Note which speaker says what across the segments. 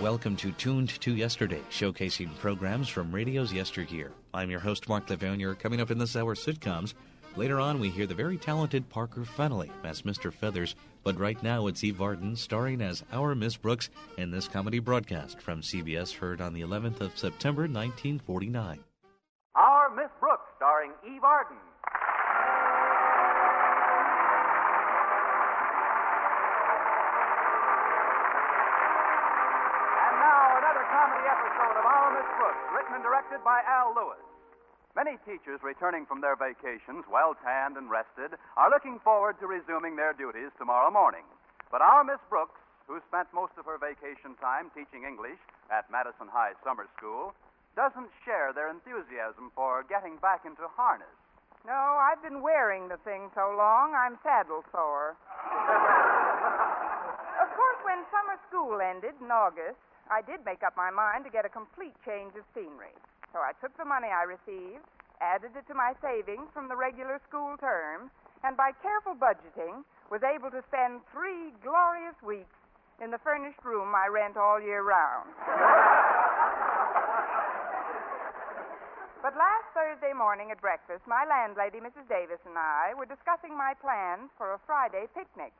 Speaker 1: welcome to Tuned to Yesterday, showcasing programs from radio's yesteryear. I'm your host, Mark Levonier. Coming up in this hour, sitcoms. Later on, we hear the very talented Parker Fennelly as Mr. Feathers, but right now it's Eve Varden starring as our Miss Brooks in this comedy broadcast from CBS heard on the 11th of September, 1949.
Speaker 2: Our Miss Brooks, starring Eve Arden. And now another comedy episode of Our Miss Brooks, written and directed by Al Lewis. Many teachers returning from their vacations, well tanned and rested, are looking forward to resuming their duties tomorrow morning. But our Miss Brooks, who spent most of her vacation time teaching English at Madison High Summer School, doesn't share their enthusiasm for getting back into harness.
Speaker 3: No, I've been wearing the thing so long, I'm saddle sore. of course, when summer school ended in August, I did make up my mind to get a complete change of scenery. So I took the money I received, added it to my savings from the regular school term, and by careful budgeting, was able to spend three glorious weeks in the furnished room I rent all year round. But last Thursday morning at breakfast, my landlady, Mrs. Davis, and I were discussing my plans for a Friday picnic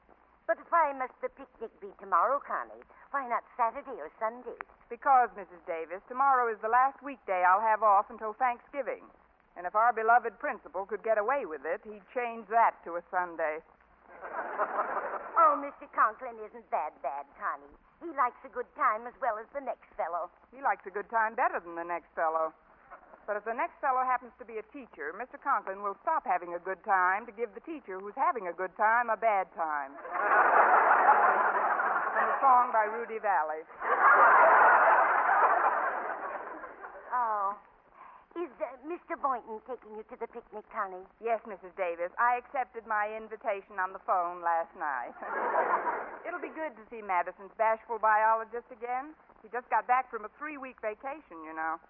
Speaker 4: But why must the picnic be tomorrow, Connie? Why not Saturday or Sunday?
Speaker 3: because, Mrs. Davis, tomorrow is the last weekday I'll have off until Thanksgiving. And if our beloved principal could get away with it, he'd change that to a Sunday.
Speaker 4: Oh, Mr. Conklin isn't that bad, Connie. He likes a good time as well as the next fellow.
Speaker 3: He likes a good time better than the next fellow. But if the next fellow happens to be a teacher, Mr. Conklin will stop having a good time to give the teacher who's having a good time a bad time. From a song by Rudy Valley.
Speaker 4: Oh. Is uh, Mr. Boynton taking you to the picnic, Connie?
Speaker 3: Yes, Mrs. Davis. I accepted my invitation on the phone last night. It'll be good to see Madison's bashful biologist again. He just got back from a three week vacation, you know.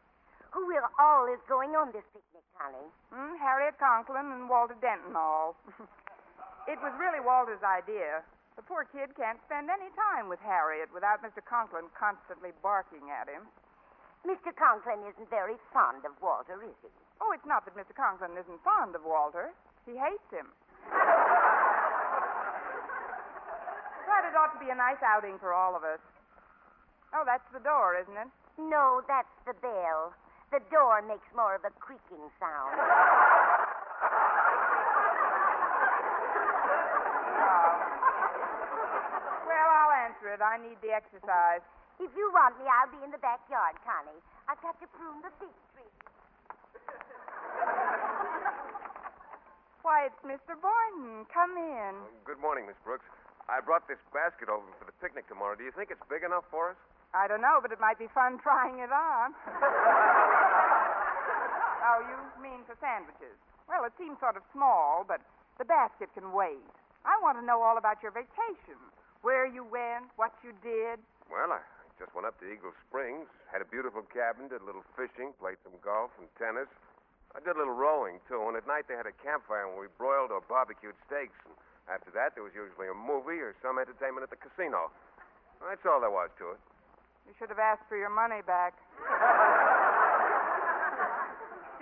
Speaker 4: Who will all is going on this picnic, Connie?
Speaker 3: Hmm, Harriet Conklin and Walter Denton all. it was really Walter's idea. The poor kid can't spend any time with Harriet without Mr. Conklin constantly barking at him.
Speaker 4: Mr. Conklin isn't very fond of Walter, is he?
Speaker 3: Oh, it's not that Mr. Conklin isn't fond of Walter. He hates him. but it ought to be a nice outing for all of us. Oh, that's the door, isn't it?
Speaker 4: No, that's the bell. The door makes more of a creaking sound.
Speaker 3: Oh. well, I'll answer it. I need the exercise.
Speaker 4: If you want me, I'll be in the backyard, Connie. I've got to prune the big tree.
Speaker 3: Why, it's Mr. Boynton. Come in.
Speaker 5: Good morning, Miss Brooks. I brought this basket over for the picnic tomorrow. Do you think it's big enough for us?
Speaker 3: I don't know, but it might be fun trying it on. oh, you mean for sandwiches? Well, it seems sort of small, but the basket can wait. I want to know all about your vacation where you went, what you did.
Speaker 5: Well, I I just went up to Eagle Springs, had a beautiful cabin, did a little fishing, played some golf and tennis. I did a little rowing, too, and at night they had a campfire where we broiled or barbecued steaks. And after that, there was usually a movie or some entertainment at the casino. That's all there was to it.
Speaker 3: You should have asked for your money back.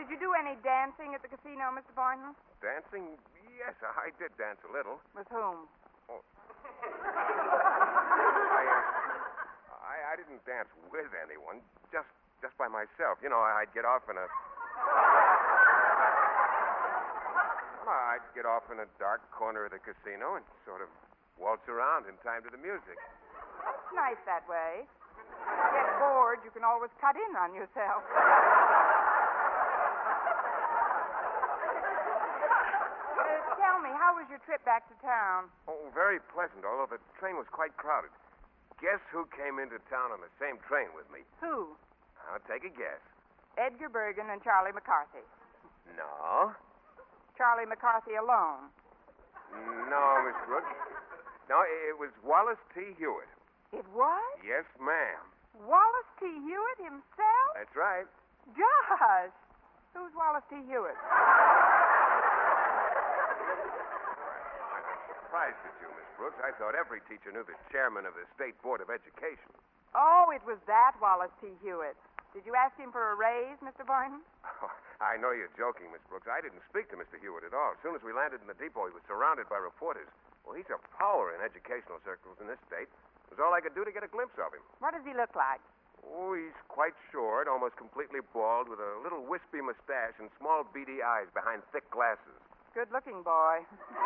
Speaker 3: did you do any dancing at the casino, Mr. Boynton?
Speaker 5: Dancing? Yes, I I did dance a little. Oh,
Speaker 3: With whom?
Speaker 5: I, uh, I, I didn't dance with anyone, just just by myself. You know, I'd get off in a. Well, I'd get off in a dark corner of the casino and sort of waltz around in time to the music.
Speaker 3: It's nice that way. If you get bored, you can always cut in on yourself. uh, tell me, how was your trip back to town?
Speaker 5: Oh, very pleasant, although the train was quite crowded. Guess who came into town on the same train with me?
Speaker 3: Who?
Speaker 5: I'll take a guess.
Speaker 3: Edgar Bergen and Charlie McCarthy.
Speaker 5: No.
Speaker 3: Charlie McCarthy alone.
Speaker 5: No, Miss Brooks. No, it was Wallace T. Hewitt.
Speaker 3: It was?
Speaker 5: Yes, ma'am.
Speaker 3: Wallace T. Hewitt himself?
Speaker 5: That's right.
Speaker 3: Gosh! Who's Wallace T. Hewitt?
Speaker 5: surprised at you, Miss Brooks. I thought every teacher knew the chairman of the State Board of Education.
Speaker 3: Oh, it was that Wallace T. Hewitt. Did you ask him for a raise, Mr. Boynton?
Speaker 5: Oh, I know you're joking, Miss Brooks. I didn't speak to Mr. Hewitt at all. As soon as we landed in the depot, he was surrounded by reporters. Well, he's a power in educational circles in this state. It was all I could do to get a glimpse of him.
Speaker 3: What does he look like?
Speaker 5: Oh, he's quite short, almost completely bald, with a little wispy mustache and small beady eyes behind thick glasses.
Speaker 3: Good looking boy.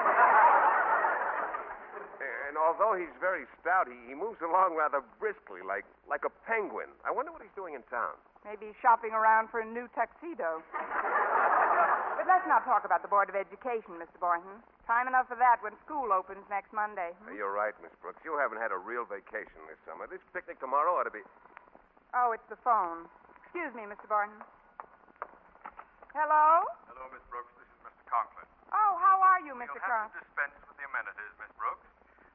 Speaker 5: And although he's very stout, he, he moves along rather briskly, like like a penguin. I wonder what he's doing in town.
Speaker 3: Maybe he's shopping around for a new tuxedo. but let's not talk about the Board of Education, Mr. Boynton. Time enough for that when school opens next Monday.
Speaker 5: Uh, You're right, Miss Brooks. You haven't had a real vacation this summer. This picnic tomorrow ought to be.
Speaker 3: Oh, it's the phone. Excuse me, Mr. Boynton. Hello?
Speaker 2: Hello, Miss Brooks. This is Mr. Conklin.
Speaker 3: Oh, how are you, mister
Speaker 2: You'll
Speaker 3: Cross?
Speaker 2: have to dispense with the amenities, Miss Brooks.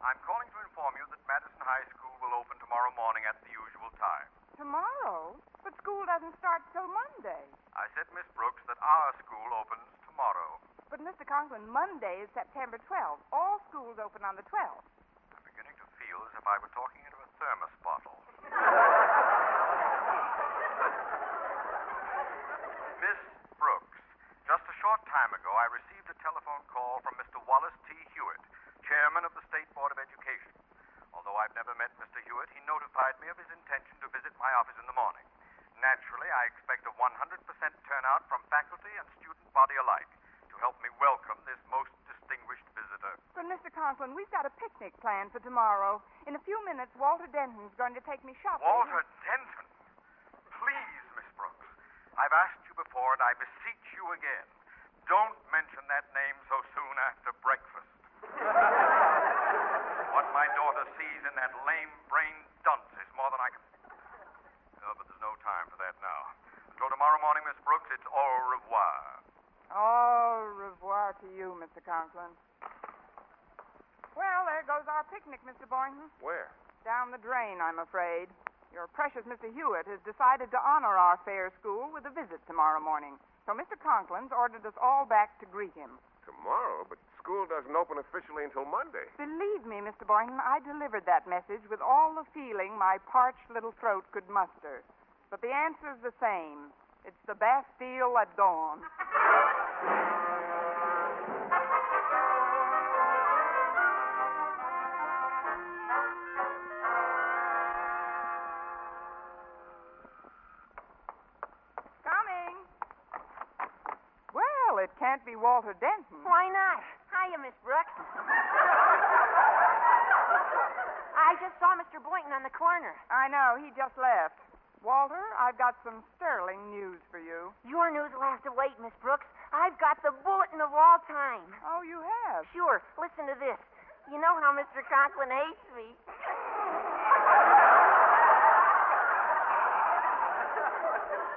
Speaker 2: I'm calling to inform you that Madison High School will open tomorrow morning at the usual time.
Speaker 3: Tomorrow? But school doesn't start till Monday.
Speaker 2: I said, Miss Brooks, that our school opens tomorrow.
Speaker 3: But Mr. Conklin, Monday is September 12th. All schools open on the 12th.
Speaker 2: I'm beginning to feel as if I were talking into a thermos bottle. Miss Brooks, just a short time ago, I received a telephone call from Mr. Wallace T. Hewitt, chairman of the State Board of Education. Although I've never met Mr. Hewitt, he notified me of his intention to visit my office in the morning. Naturally, I expect a 100% turnout from faculty and student body alike to help me welcome this most distinguished visitor.
Speaker 3: But, Mr. Conklin, we've got a picnic planned for tomorrow. In a few minutes, Walter Denton's going to take me shopping.
Speaker 2: Walter Denton. Please, Miss Brooks. I've asked you before, and I beseech you again. Don't mention that name so soon after breakfast. what my daughter sees in that lame brained dunce is more than I can. No, but there's no time for that now. Until tomorrow morning, Miss Brooks, it's au revoir.
Speaker 3: Au revoir to you, Mr. Conklin. Well, there goes our picnic, Mr. Boynton.
Speaker 5: Where?
Speaker 3: Down the drain, I'm afraid. Your precious Mr. Hewitt has decided to honor our fair school with a visit tomorrow morning. So Mr. Conklin's ordered us all back to greet him.
Speaker 5: Tomorrow, but school doesn't open officially until Monday.
Speaker 3: Believe me, Mr. Boynton, I delivered that message with all the feeling my parched little throat could muster. But the answer's the same. It's the Bastille at dawn. Coming. Well, it can't be Walter Denton.
Speaker 6: Why not? Hiya, Miss Brooks. I just saw Mr. Boynton on the corner.
Speaker 3: I know. He just left. Walter, I've got some sterling news for you.
Speaker 6: Your news will have to wait, Miss Brooks. I've got the bulletin of all time.
Speaker 3: Oh, you have?
Speaker 6: Sure, listen to this. You know how Mr. Conklin hates me.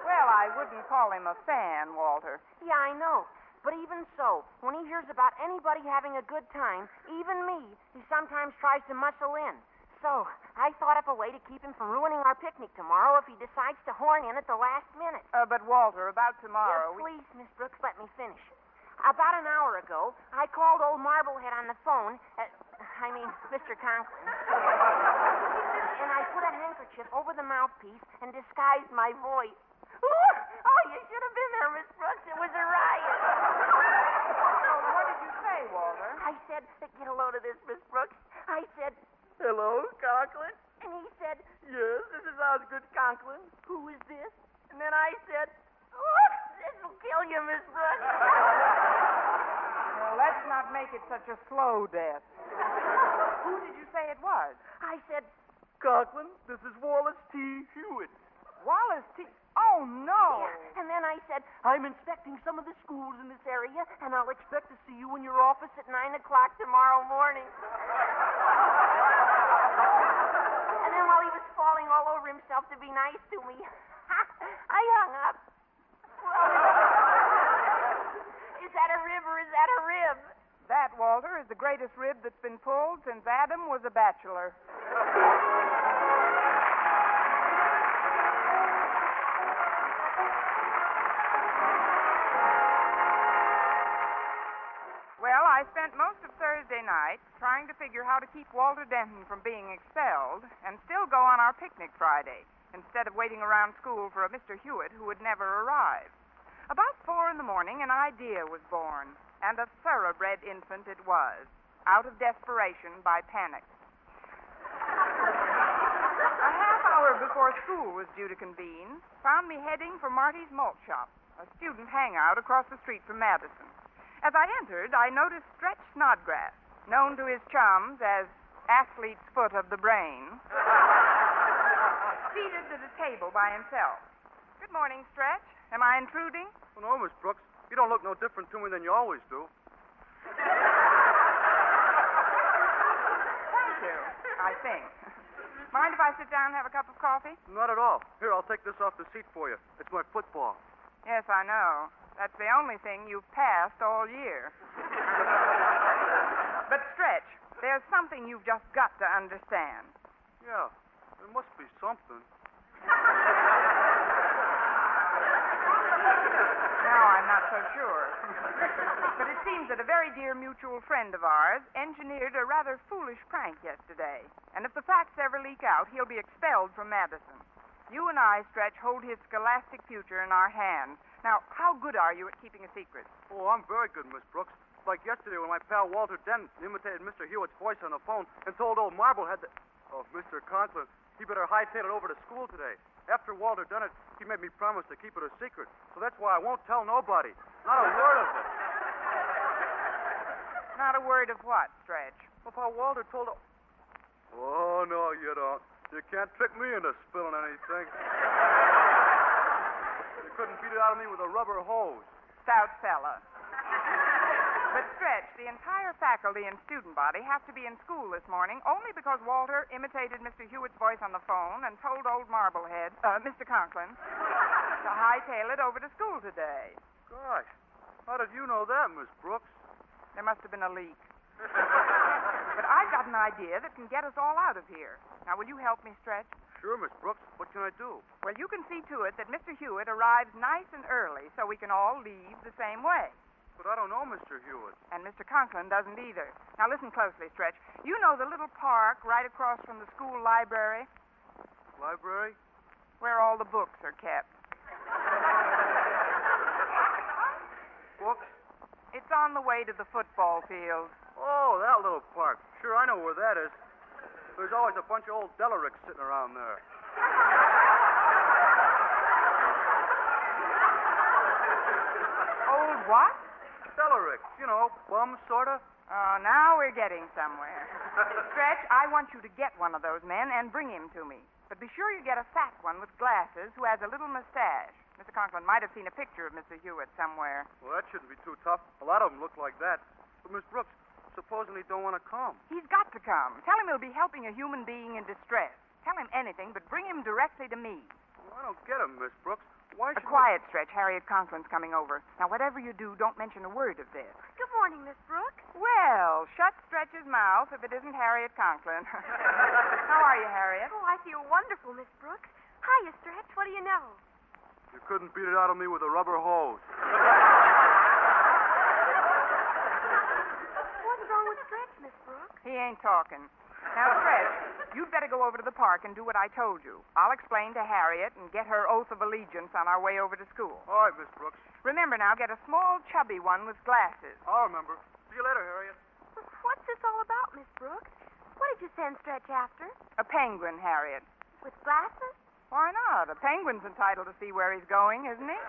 Speaker 3: Well, I wouldn't call him a fan, Walter.
Speaker 6: Yeah, I know. But even so, when he hears about anybody having a good time, even me, he sometimes tries to muscle in. So, I thought up a way to keep him from ruining our picnic tomorrow if he decides to horn in at the last minute.
Speaker 3: Uh, but, Walter, about tomorrow.
Speaker 6: Yeah, please, Miss Brooks, let me finish. About an hour ago, I called old Marblehead on the phone. Uh, I mean, Mr. Conklin. and I put a handkerchief over the mouthpiece and disguised my voice. oh, you should have been there, Miss Brooks. It was a riot.
Speaker 3: Oh, what did you say, Walter?
Speaker 6: I said, get a load of this, Miss Brooks. I said, hello, Conklin. And he said, yes, this is Osgood Conklin. Who is this? And then I said, look, this will kill you, Miss Brooks.
Speaker 3: Well, let's not make it such a slow death. Who did you say it was?
Speaker 6: I said,
Speaker 7: Conklin, this is Wallace T. Hewitt.
Speaker 3: Wallace T. Oh, no.
Speaker 6: yeah. And then I said,
Speaker 7: I'm inspecting some of the schools in this area, and I'll expect to see you in your office.
Speaker 6: it's at 9 o'clock tomorrow morning. and then while he was falling all over himself to be nice to me, I hung up. Well, is that a rib or is that a rib?
Speaker 3: That, Walter, is the greatest rib that's been pulled since Adam was a bachelor. Well, I spent most of Thursday night trying to figure how to keep Walter Denton from being expelled and still go on our picnic Friday instead of waiting around school for a Mr. Hewitt who would never arrive. About four in the morning, an idea was born, and a thoroughbred infant it was, out of desperation by panic. A half hour before school was due to convene, found me heading for Marty's Malt Shop, a student hangout across the street from Madison. As I entered, I noticed Stretch Snodgrass, known to his chums as Athlete's Foot of the Brain, seated at a table by himself. Good morning, Stretch. Am I intruding?
Speaker 8: Well, Oh, no, Miss Brooks. You don't look no different to me than you always do.
Speaker 3: Thank you, I think. Mind if I sit down and have a cup of coffee?
Speaker 8: Not at all. Here, I'll take this off the seat for you. It's my football.
Speaker 3: Yes, I know. That's the only thing you've passed all year. but, Stretch, there's something you've just got to understand.
Speaker 8: Yeah, there must be something.
Speaker 3: Now I'm not so sure. but it seems that a very dear mutual friend of ours engineered a rather foolish prank yesterday. And if the facts ever leak out, he'll be expelled from Madison. You and I, Stretch, hold his scholastic future in our hands. Now, how good are you at keeping a secret?
Speaker 8: Oh, I'm very good, Miss Brooks. Like yesterday when my pal Walter Denton imitated Mr. Hewitt's voice on the phone and told old Marblehead that. Oh, Mr. Conklin, he better hightail it over to school today. After Walter done it, he made me promise to keep it a secret. So that's why I won't tell nobody. Not a word Oh, of it.
Speaker 3: Not a word of what, Stretch?
Speaker 8: Well, Pal Walter told. Oh, no, you don't. You can't trick me into spilling anything. you couldn't beat it out of me with a rubber hose.
Speaker 3: Stout fella. But Stretch, the entire faculty and student body have to be in school this morning only because Walter imitated Mr. Hewitt's voice on the phone and told old Marblehead, uh, Mr. Conklin, to hightail it over to school today.
Speaker 8: Gosh, how did you know that, Miss Brooks?
Speaker 3: There must have been a leak. But I've got an idea that can get us all out of here. Now, will you help me, Stretch?
Speaker 8: Sure, Miss Brooks. What can I do?
Speaker 3: Well, you can see to it that Mr. Hewitt arrives nice and early so we can all leave the same way.
Speaker 8: But I don't know Mr. Hewitt.
Speaker 3: And Mr. Conklin doesn't either. Now, listen closely, Stretch. You know the little park right across from the school library
Speaker 8: Library?
Speaker 3: where all the books are kept?
Speaker 8: Books?
Speaker 3: It's on the way to the football field.
Speaker 8: Oh, that little park. Sure, I know where that is. There's always a bunch of old Delericks sitting around there.
Speaker 3: Old what?
Speaker 8: Delericks, you know, bums, sort of.
Speaker 3: Oh, now we're getting somewhere. Stretch, I want you to get one of those men and bring him to me. But be sure you get a fat one with glasses who has a little mustache. Mr. Conklin might have seen a picture of Mr. Hewitt somewhere.
Speaker 8: Well, that shouldn't be too tough. A lot of them look like that. But, Miss Brooks, supposing he don't want to come?
Speaker 3: He's got to come. Tell him he'll be helping a human being in distress. Tell him anything, but bring him directly to me.
Speaker 8: Well, I don't get him, Miss Brooks. Why
Speaker 3: A
Speaker 8: should...
Speaker 3: quiet stretch. Harriet Conklin's coming over. Now, whatever you do, don't mention a word of this.
Speaker 6: Good morning, Miss Brooks.
Speaker 3: Well, shut Stretch's mouth if it isn't Harriet Conklin. How are you, Harriet?
Speaker 9: Oh, I feel wonderful, Miss Brooks. Hiya, Stretch. What do you know?
Speaker 8: You couldn't beat it out of me with a rubber hose.
Speaker 9: What's wrong with Stretch, Miss Brooks?
Speaker 3: He ain't talking. Now, Stretch, you'd better go over to the park and do what I told you. I'll explain to Harriet and get her oath of allegiance on our way over to school.
Speaker 8: All right, Miss Brooks.
Speaker 3: Remember now, get a small, chubby one with glasses.
Speaker 8: I'll remember. See you later, Harriet.
Speaker 9: What's this all about, Miss Brooks? What did you send Stretch after?
Speaker 3: A penguin, Harriet.
Speaker 9: With glasses?
Speaker 3: Why not? A penguin's entitled to see where he's going, isn't he?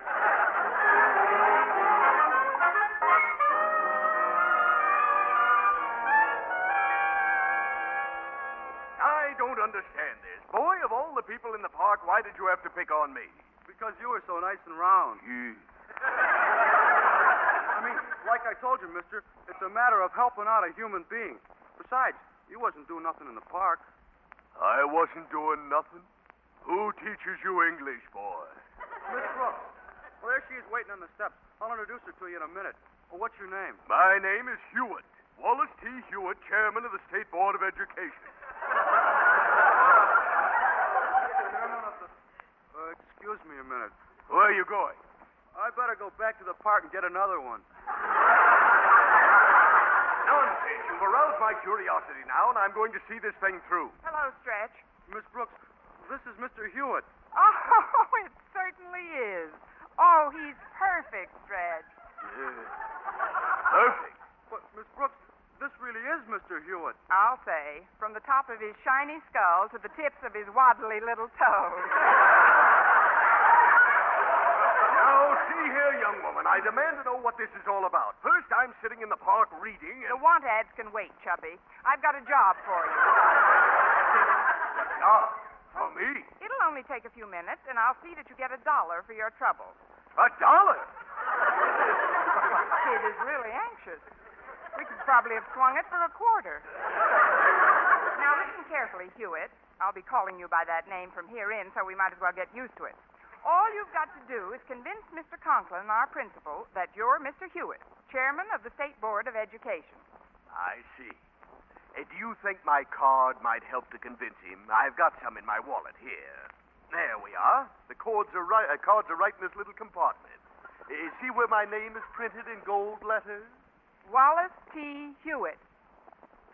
Speaker 2: I don't understand this. Boy, of all the people in the park, why did you have to pick on me?
Speaker 8: Because you were so nice and round. I mean, like I told you, mister, it's a matter of helping out a human being. Besides, you wasn't doing nothing in the park.
Speaker 2: I wasn't doing nothing. Who teaches you English, boy?
Speaker 8: Miss Brooks. Well, there she is waiting on the steps. I'll introduce her to you in a minute. Well, what's your name?
Speaker 2: My name is Hewitt. Wallace T. Hewitt, chairman of the State Board of Education.
Speaker 8: Chairman of the... Uh, excuse me a minute.
Speaker 2: Where are you going?
Speaker 8: I better go back to the park and get another one.
Speaker 10: Nonsense. You've aroused my curiosity now, and I'm going to see this thing through.
Speaker 3: Hello, Stretch.
Speaker 10: Miss Brooks, this is Mr. Hewitt.
Speaker 3: Oh, it certainly is. Oh, he's perfect, Stretch.
Speaker 10: Perfect. But, Miss Brooks, this really is Mr. Hewitt.
Speaker 3: I'll say, from the top of his shiny skull to the tips of his waddly little toes.
Speaker 10: Now, see here, young woman, I demand to know what this is all about. First, I'm sitting in the park reading,
Speaker 3: The Uh, want ads can wait, Chubby. I've got a job for you.
Speaker 10: Ah, for me,
Speaker 3: It'll only take a few minutes, and I'll see that you get a dollar for your trouble.
Speaker 10: a dollar.
Speaker 3: Kid is really anxious. We could probably have swung it for a quarter. Now, listen carefully, Hewitt. I'll be calling you by that name from here in, so we might as well get used to it. All you've got to do is convince Mr. Conklin, our principal, that you're Mr. Hewitt, chairman of the State Board of Education.
Speaker 11: I see. Uh, do you think my card might help to convince him? I've got some in my wallet here. There we are. The cards are right, uh, cards are right in this little compartment. Uh, see where my name is printed in gold letters?
Speaker 3: Wallace T. Hewitt.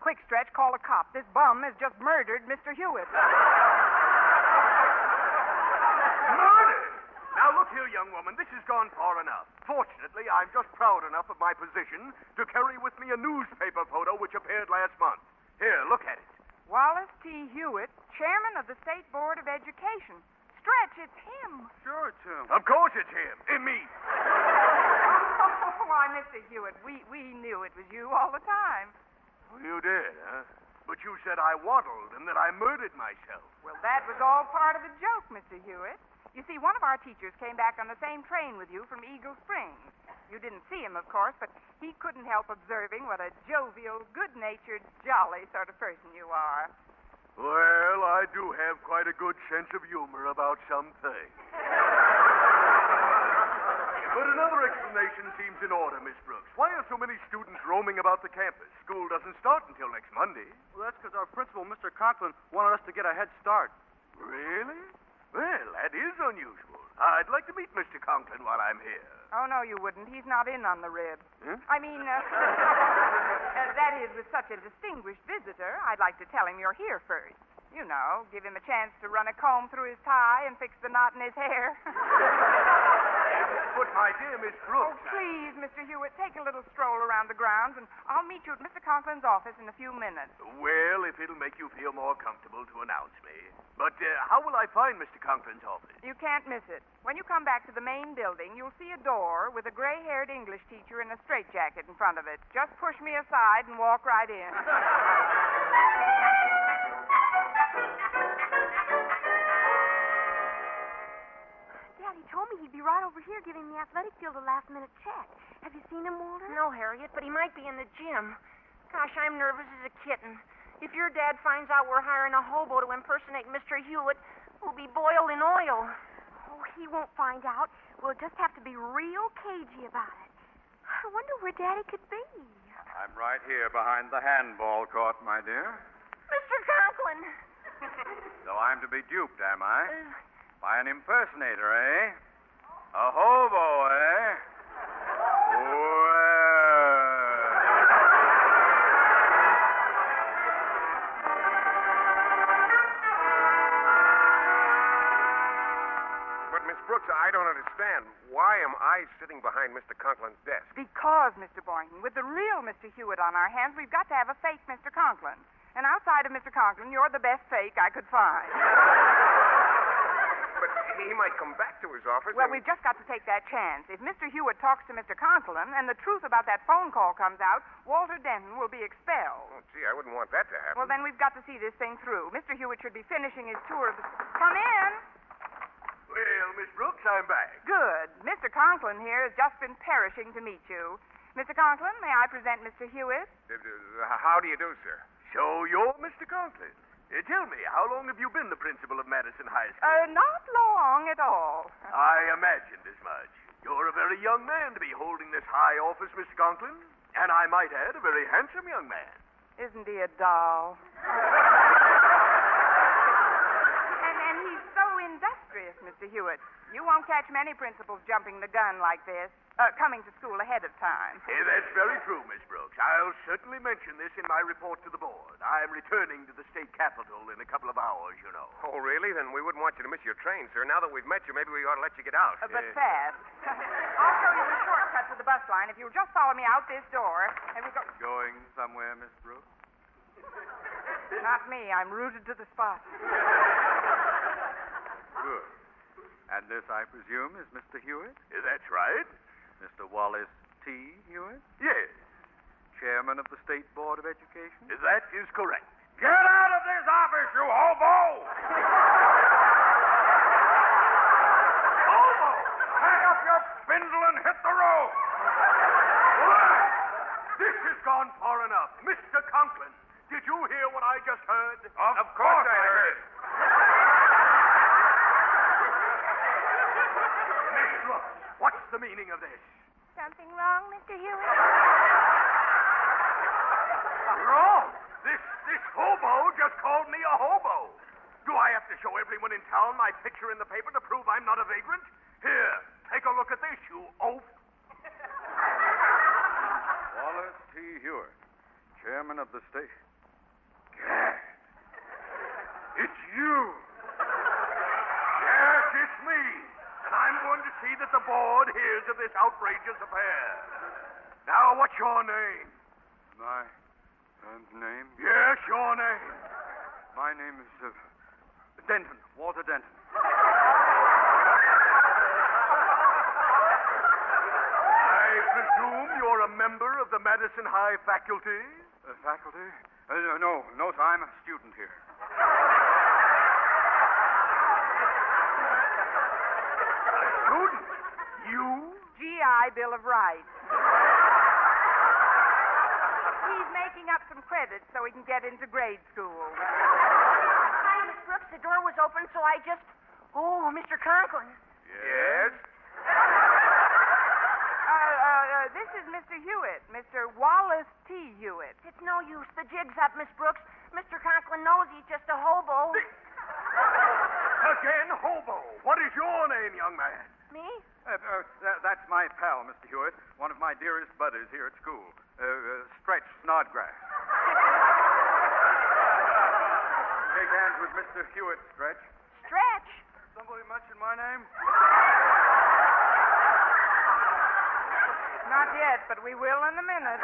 Speaker 3: Quick stretch, call a cop. This bum has just murdered Mr. Hewitt.
Speaker 10: Murder! Now, look here, young woman, this has gone far enough. Fortunately, I'm just proud enough of my position to carry with me a newspaper photo which appeared last month. Here, look at it.
Speaker 3: Wallace T. Hewitt, chairman of the State Board of Education. Stretch, it's him.
Speaker 10: Sure, Tim. Of course it's him. And me.
Speaker 3: Why, Mr. Hewitt, we, we knew it was you all the time.
Speaker 10: You did, huh? But you said I waddled and that I murdered myself.
Speaker 3: Well, that was all part of the joke, Mr. Hewitt. You see, one of our teachers came back on the same train with you from Eagle Springs. You didn't see him, of course, but he couldn't help observing what a jovial, good natured, jolly sort of person you are.
Speaker 10: Well, I do have quite a good sense of humor about some things. but another explanation seems in order, Miss Brooks. Why are so many students roaming about the campus? School doesn't start until next Monday. Well, that's because our principal, Mr. Conklin, wanted us to get a head start. Really? Well, that is unusual. I'd like to meet Mr. Conklin while I'm here.
Speaker 3: Oh, no, you wouldn't. He's not in on the rib.
Speaker 10: Huh?
Speaker 3: I mean, uh, uh, that is, with such a distinguished visitor, I'd like to tell him you're here first. You know, give him a chance to run a comb through his tie and fix the knot in his hair.
Speaker 10: But my dear Miss
Speaker 3: oh,
Speaker 10: Brooks, I-
Speaker 3: please, Mr. Hewitt, take a little stroll around the grounds, and I'll meet you at Mr. Conklin's office in a few minutes.
Speaker 10: Well, if it'll make you feel more comfortable to announce me. But uh, how will I find Mr. Conklin's office?
Speaker 3: You can't miss it. When you come back to the main building, you'll see a door with a gray haired English teacher in a straitjacket in front of it. Just push me aside and walk right in.
Speaker 12: Daddy told me he'd be right over here giving the athletic field a last minute check. Have you seen him, Walter?
Speaker 6: No, Harriet, but he might be in the gym. Gosh, I'm nervous as a kitten. If your dad finds out we're hiring a hobo to impersonate Mr. Hewitt, we'll be boiled in oil.
Speaker 12: Oh, he won't find out. We'll just have to be real cagey about it. I wonder where Daddy could be.
Speaker 2: I'm right here behind the handball court, my dear.
Speaker 6: Mr. Conklin!
Speaker 2: So I'm to be duped, am I?
Speaker 6: Uh,
Speaker 2: By an impersonator, eh? A hobo, eh?
Speaker 5: But, Miss Brooks, I don't understand. Why am I sitting behind Mr. Conklin's desk?
Speaker 3: Because, Mr. Boynton, with the real Mr. Hewitt on our hands, we've got to have a fake Mr. Conklin. And outside of Mr. Conklin, you're the best fake I could find.
Speaker 5: But he might come back to his office.
Speaker 3: Well,
Speaker 5: and-
Speaker 3: we've just got to take that chance. If Mr. Hewitt talks to Mr. Conklin and the truth about that phone call comes out, Walter Denton will be expelled.
Speaker 5: Oh, gee, I wouldn't want that to happen.
Speaker 3: Well, then we've got to see this thing through. Mr. Hewitt should be finishing his tour of the. Come in!
Speaker 10: Well, Miss Brooks, I'm back.
Speaker 3: Good. Mr. Conklin here has just been perishing to meet you. Mr. Conklin, may I present Mr. Hewitt?
Speaker 5: Uh, uh, How do you do, sir?
Speaker 10: So you're Mr. Conklin. Uh, tell me, how long have you been the principal of Madison High School?
Speaker 3: Uh, not long at all.
Speaker 10: I imagined as much. You're a very young man to be holding this high office, Mr. Conklin. And I might add, a very handsome young man.
Speaker 3: Isn't he a doll? and, and he's so industrious. industrious, Mr. Hewitt. You won't catch many principals jumping the gun like this, uh, coming to school ahead of time.
Speaker 10: Hey, Uh, that's very true, Miss Brooks. I'll certainly mention this in my report to the board. I'm returning to the state capitol in a couple of hours, you know.
Speaker 5: Oh, really? Then we wouldn't want you to miss your train, sir. Now that we've met you, maybe we ought to let you get out.
Speaker 3: Uh, but fast. I'll show you the shortcut to the bus line if you'll just follow me out this door. And we go.
Speaker 13: Going somewhere, Miss Brooks?
Speaker 3: Not me. I'm rooted to the spot.
Speaker 13: Good. And this, I presume, is Mr. Hewitt?
Speaker 10: That's right.
Speaker 13: Mr. Wallace T. Hewitt?
Speaker 10: Yes.
Speaker 13: Chairman of the State Board of Education?
Speaker 10: That is correct.
Speaker 2: Get out of this office, you hobo! hobo! Pack up your spindle and hit the road!
Speaker 10: This has gone far enough. Mr. Conklin, did you hear what I just heard?
Speaker 2: Of course I heard.
Speaker 10: Miss Brooks, what's the meaning of this?
Speaker 9: Something wrong, Mr. Hewitt?
Speaker 10: Wrong! This this hobo just called me a hobo. Do I have to show everyone in town my picture in the paper to prove I'm not a vagrant? Here, take a look at this, you oaf.
Speaker 13: Wallace T. Hewitt, Chairman of the State.
Speaker 10: Gad! It's you! Yes, it's me! And I'm going to see that the board hears of this outrageous affair. Now, what's your name?
Speaker 13: My uh, name?
Speaker 10: Yes, your name.
Speaker 13: My name is uh, Denton, Walter Denton.
Speaker 10: I presume you're a member of the Madison High faculty?
Speaker 13: Uh, faculty? Uh, no, no, sir, I'm a student here.
Speaker 10: Student? You?
Speaker 3: GI Bill of Rights. He's making up some credits so he can get into grade school.
Speaker 6: Hi, Miss Brooks. The door was open, so I just. Oh, Mr. Conklin.
Speaker 5: Yes?
Speaker 3: Uh, uh, uh, this is Mr. Hewitt, Mr. Wallace T. Hewitt.
Speaker 6: It's no use. The jig's up, Miss Brooks. Mr. Conklin knows he's just a hobo.
Speaker 10: Again, hobo. What is your name, young man?
Speaker 6: Me?
Speaker 13: Uh, uh, tha- that's my pal, Mr. Hewitt, one of my dearest buddies here at school, uh, uh, Stretch Snodgrass. Shake hands with Mr. Hewitt, Stretch.
Speaker 6: Stretch?
Speaker 13: Somebody mentioned my name?
Speaker 3: Not yet, but we will in a minute.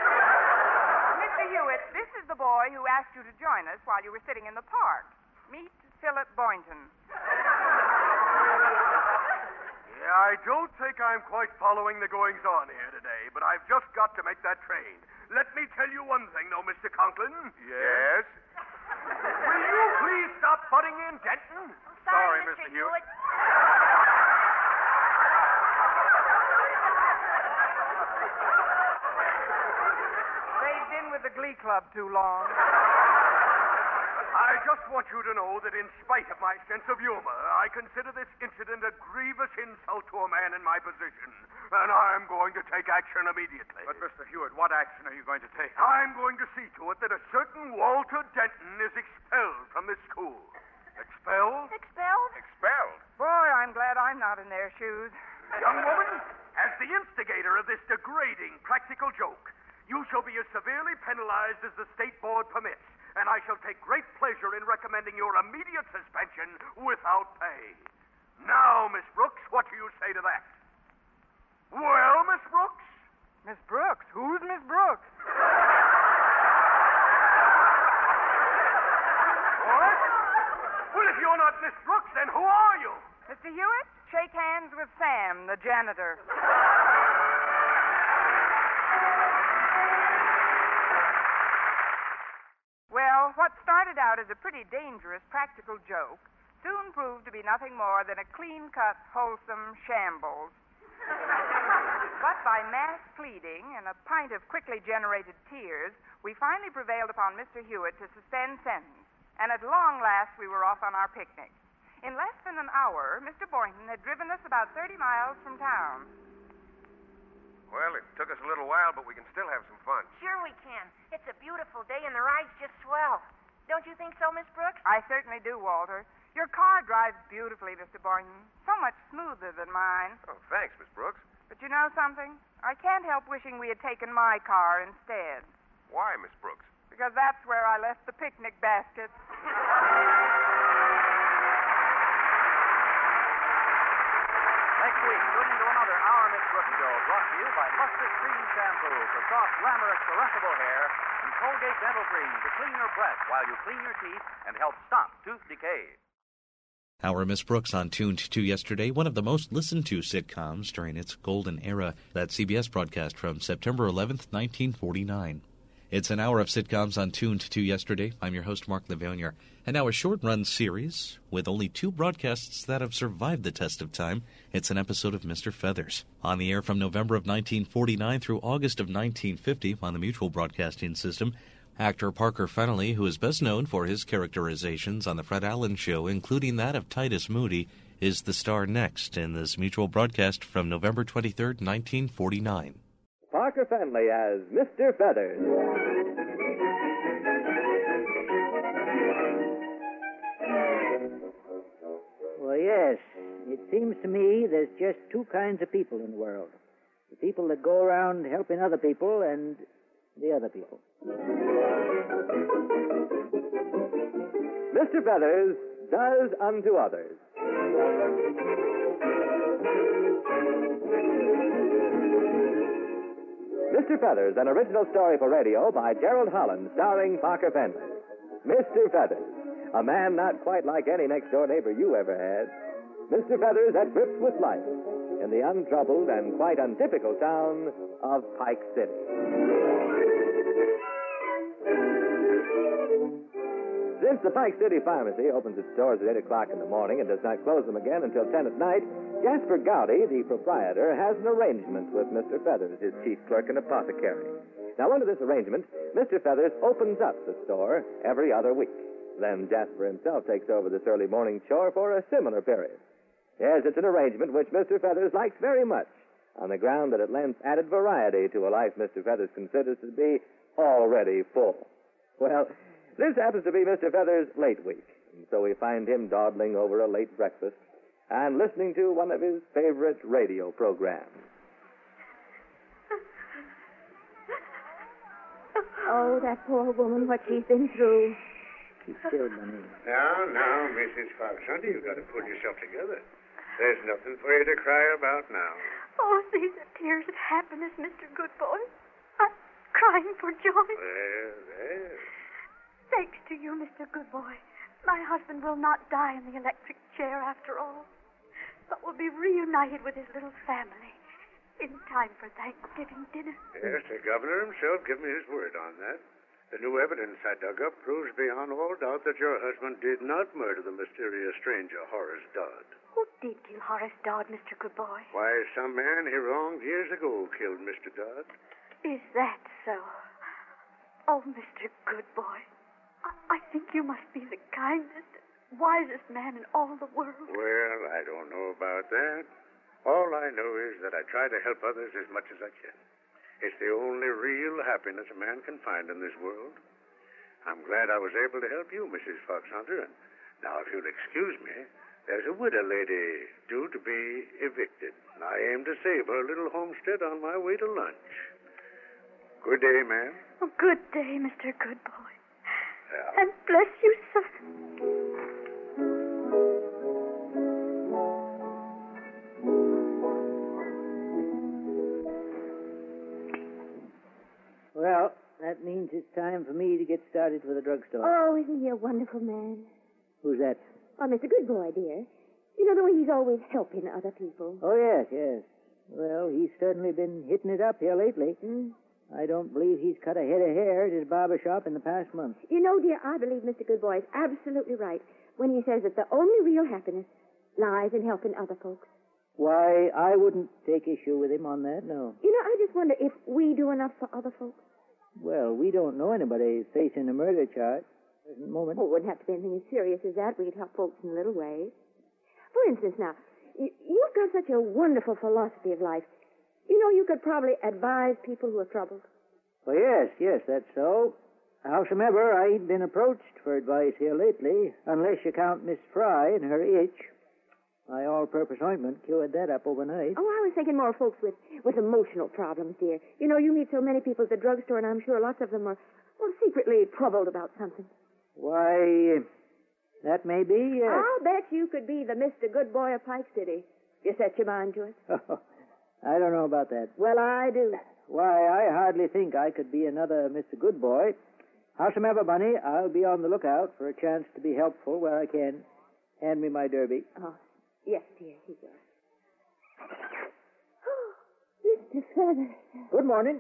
Speaker 3: Mr. Hewitt, this is the boy who asked you to join us while you were sitting in the park. Meet Philip Boynton.
Speaker 10: Yeah, I don't think I'm quite following the goings on here today, but I've just got to make that train. Let me tell you one thing, though, Mr. Conklin.
Speaker 5: Yes?
Speaker 10: Will you please stop butting in, Denton?
Speaker 13: Sorry,
Speaker 6: Mr.
Speaker 13: Mr. Hewitt.
Speaker 3: They've been with the Glee Club too long.
Speaker 10: I just want you to know that in spite of my sense of humor, I consider this incident a grievous insult to a man in my position, and I'm going to take action immediately.
Speaker 13: But, Mr. Hewitt, what action are you going to take?
Speaker 10: I'm going to see to it that a certain Walter Denton is expelled from this school. Expelled?
Speaker 6: Expelled?
Speaker 5: Expelled.
Speaker 3: Boy, I'm glad I'm not in their shoes.
Speaker 10: Young woman, as the instigator of this degrading practical joke, you shall be as severely penalized as the state board permits, and I shall take great pleasure in recommending your immediate suspension without pay. Now, Miss Brooks, what do you say to that? Well, Miss Brooks?
Speaker 3: Miss Brooks? Who's Miss Brooks?
Speaker 10: What? Well, if you're not Miss Brooks, then who are you?
Speaker 3: Mr. Hewitt, shake hands with Sam, the janitor. Well, what started out as a pretty dangerous practical joke soon proved to be nothing more than a clean cut, wholesome shambles. but by mass pleading and a pint of quickly generated tears, we finally prevailed upon Mr. Hewitt to suspend sentence, and at long last we were off on our picnic. In less than an hour, Mr. Boynton had driven us about 30 miles from town.
Speaker 5: Well, it took us a little while, but we can still have some fun.
Speaker 6: Sure we can. It's a beautiful day, and the ride's just swell. Don't you think so, Miss Brooks?
Speaker 3: I certainly do, Walter. Your car drives beautifully, Mr. Boynton. So much smoother than mine.
Speaker 5: Oh, thanks, Miss Brooks.
Speaker 3: But you know something? I can't help wishing we had taken my car instead.
Speaker 5: Why, Miss Brooks?
Speaker 3: Because that's where I left the picnic basket.
Speaker 14: Next week, tune into another Our Miss Brooks show brought to you by Mustard Cream Shampoo for soft, glamorous, caressable hair and Colgate Dental Cream to clean your breath while you clean your teeth and help stop tooth decay.
Speaker 1: Our Miss Brooks on Tuned to Yesterday, one of the most listened to sitcoms during its golden era, that CBS broadcast from September 11th, 1949. It's an hour of sitcoms on Tuned to Yesterday. I'm your host, Mark Levonier. And now a short run series with only two broadcasts that have survived the test of time. It's an episode of Mr. Feathers. On the air from November of 1949 through August of 1950 on the Mutual Broadcasting System, actor Parker Fennelly, who is best known for his characterizations on The Fred Allen Show, including that of Titus Moody, is the star next in this mutual broadcast from November 23, 1949.
Speaker 15: Parker Fenley as Mr. Feathers.
Speaker 16: Well, yes. It seems to me there's just two kinds of people in the world the people that go around helping other people and the other people.
Speaker 15: Mr. Feathers does unto others. Mr. Feathers, an original story for radio by Gerald Holland, starring Parker Fenley. Mr. Feathers, a man not quite like any next door neighbor you ever had. Mr. Feathers at grips with life in the untroubled and quite untypical town of Pike City. Since the Pike City Pharmacy opens its doors at 8 o'clock in the morning and does not close them again until 10 at night, Jasper Gowdy, the proprietor, has an arrangement with Mr. Feathers, his chief clerk and apothecary. Now, under this arrangement, Mr. Feathers opens up the store every other week. Then Jasper himself takes over this early morning chore for a similar period. Yes, it's an arrangement which Mr. Feathers likes very much, on the ground that it lends added variety to a life Mr. Feathers considers to be already full. Well, this happens to be Mr. Feathers' late week, and so we find him dawdling over a late breakfast and listening to one of his favorite radio programs.
Speaker 17: Oh, that poor woman, what she's been through.
Speaker 16: She's still money.
Speaker 18: Now, now, Mrs. Foxhunter, you've got to pull yourself together. There's nothing for you to cry about now.
Speaker 17: Oh, these are tears of happiness, Mr. Goodboy. I'm crying for joy.
Speaker 18: There, there.
Speaker 17: Thanks to you, Mr. Goodboy. My husband will not die in the electric chair after all, but will be reunited with his little family in time for Thanksgiving dinner.
Speaker 18: Yes, the governor himself gave me his word on that. The new evidence I dug up proves beyond all doubt that your husband did not murder the mysterious stranger, Horace Dodd.
Speaker 17: Who did kill Horace Dodd, Mr. Goodboy?
Speaker 18: Why, some man he wronged years ago killed Mr. Dodd.
Speaker 17: Is that so? Oh, Mr. Goodboy, I, I think you must be the kindest, wisest man in all the world.
Speaker 18: Well, I don't know about that. All I know is that I try to help others as much as I can. It's the only real happiness a man can find in this world. I'm glad I was able to help you, Mrs. Foxhunter. And now, if you'll excuse me, there's a widow lady due to be evicted. and I aim to save her little homestead on my way to lunch. Good day, ma'am.
Speaker 17: Oh, good day, Mr. Goodboy. And bless you, sir.
Speaker 16: Well, that means it's time for me to get started with the drugstore.
Speaker 17: Oh, isn't he a wonderful man?
Speaker 16: Who's that?
Speaker 17: Oh, Mr. Goodboy, dear. You know the way he's always helping other people.
Speaker 16: Oh, yes, yes. Well, he's certainly been hitting it up here lately.
Speaker 17: Hmm?
Speaker 16: I don't believe he's cut a head of hair at his barber shop in the past month.
Speaker 17: You know, dear, I believe Mr. Goodboy is absolutely right when he says that the only real happiness lies in helping other folks.
Speaker 16: Why, I wouldn't take issue with him on that, no.
Speaker 17: You know, I just wonder if we do enough for other folks.
Speaker 16: Well, we don't know anybody facing a murder charge at the moment.
Speaker 17: Oh, it wouldn't have to be anything as serious as that. We'd help folks in little ways. For instance, now, y- you've got such a wonderful philosophy of life. You know, you could probably advise people who are troubled.
Speaker 16: Oh, yes, yes, that's so. Howsomever, I ain't been approached for advice here lately, unless you count Miss Fry and her itch. My all-purpose ointment cured that up overnight.
Speaker 19: Oh, I was thinking more folks with, with emotional problems, dear. You know, you meet so many people at the drugstore, and I'm sure lots of them are, well, secretly troubled about something.
Speaker 16: Why, that may be, yes.
Speaker 19: I'll bet you could be the Mr. Good Boy of Pike City. You set your mind to it.
Speaker 16: I don't know about that.
Speaker 19: Well, I do.
Speaker 16: Why, I hardly think I could be another Mr. Good Boy. Howsomever, Bunny, I'll be on the lookout for a chance to be helpful where I can. Hand me my derby.
Speaker 19: Oh, yes, dear, he does. Mr. Feathers.
Speaker 16: Good morning.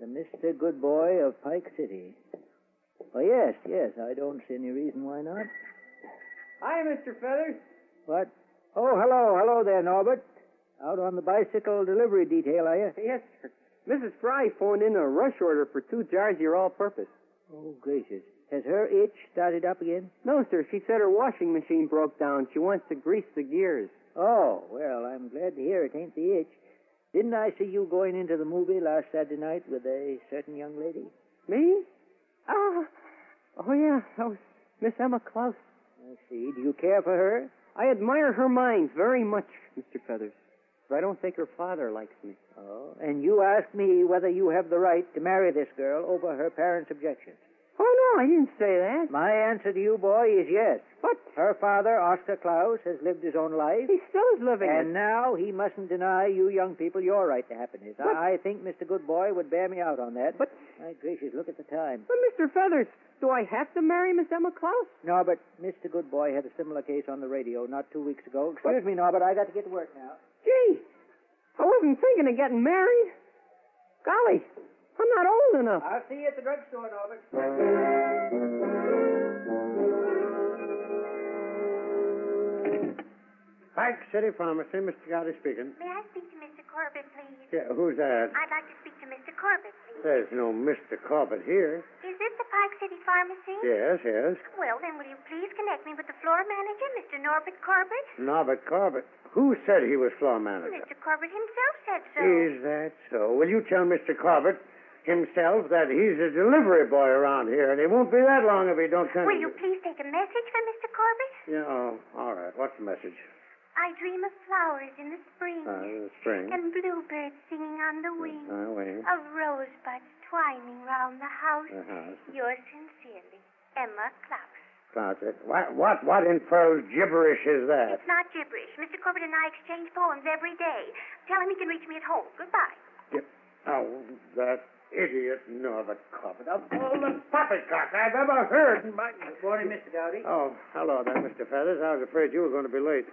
Speaker 16: The Mr. Good Boy of Pike City. Oh, yes, yes, I don't see any reason why not.
Speaker 20: Hi, Mr. Feathers.
Speaker 16: What? Oh, hello, hello there, Norbert. Out on the bicycle delivery detail, are you?
Speaker 20: Yes, sir. Mrs. Fry phoned in a rush order for two jars of your all purpose.
Speaker 16: Oh, gracious. Has her itch started up again?
Speaker 20: No, sir. She said her washing machine broke down. She wants to grease the gears.
Speaker 16: Oh, well, I'm glad to hear it ain't the itch. Didn't I see you going into the movie last Saturday night with a certain young lady?
Speaker 20: Me? Ah. Oh, yeah. That was Miss Emma Klaus.
Speaker 16: I see. Do you care for her?
Speaker 20: I admire her mind very much, Mr. Feathers. But I don't think her father likes me.
Speaker 16: Oh, and you ask me whether you have the right to marry this girl over her parents' objections.
Speaker 20: Oh, no, I didn't say that.
Speaker 16: My answer to you, boy, is yes.
Speaker 20: But
Speaker 16: her father, Oscar Klaus, has lived his own life.
Speaker 20: he still is living
Speaker 16: And
Speaker 20: it.
Speaker 16: now he mustn't deny you young people your right to happiness.
Speaker 20: But-
Speaker 16: I I think Mr. Goodboy would bear me out on that.
Speaker 20: But-
Speaker 16: my gracious, look at the time.
Speaker 20: But, Mr. Feathers, do I have to marry Miss Emma Klaus?
Speaker 16: No, but Mr. Goodboy had a similar case on the radio not two weeks ago. Excuse me, Norbert, I got to get to work now.
Speaker 20: Gee, I wasn't thinking of getting married. Golly, I'm not old enough.
Speaker 16: I'll see you at the drugstore, Norbert.
Speaker 21: Pike City Pharmacy, Mr. Gotti speaking.
Speaker 17: May I speak to Mr. Corbett, please?
Speaker 21: Yeah, who's that?
Speaker 17: I'd like to speak to Mr. Corbett, please.
Speaker 21: There's no Mr. Corbett here.
Speaker 17: Is this the Pike City Pharmacy?
Speaker 21: Yes, yes.
Speaker 17: Well, then, will you please connect me with the floor manager, Mr. Norbert Corbett?
Speaker 21: Norbert Corbett. Who said he was floor manager?
Speaker 17: Mr. Corbett himself said so.
Speaker 21: Is that so? Will you tell Mr. Corbett himself that he's a delivery boy around here, and it won't be that long if he don't come.
Speaker 17: Will you please take a message for Mr. Corbett?
Speaker 21: Yeah, oh, all right. What's the message?
Speaker 17: I dream of flowers in the spring.
Speaker 21: Uh, the spring.
Speaker 17: And bluebirds singing on the wing.
Speaker 21: I wait.
Speaker 17: Of rosebuds twining round the house.
Speaker 21: The house.
Speaker 17: Yours sincerely, Emma Klaus.
Speaker 21: Clouds. What, what, what in pearls gibberish is that?
Speaker 17: It's not gibberish. Mr. Corbett and I exchange poems every day. Tell him he can reach me at home. Goodbye.
Speaker 21: Oh, that idiot Norbert Corbett. Of all the poppycock I've ever heard in my...
Speaker 16: Good morning, Mr. Gowdy.
Speaker 21: Oh, hello there, Mr. Feathers. I was afraid you were going to be late.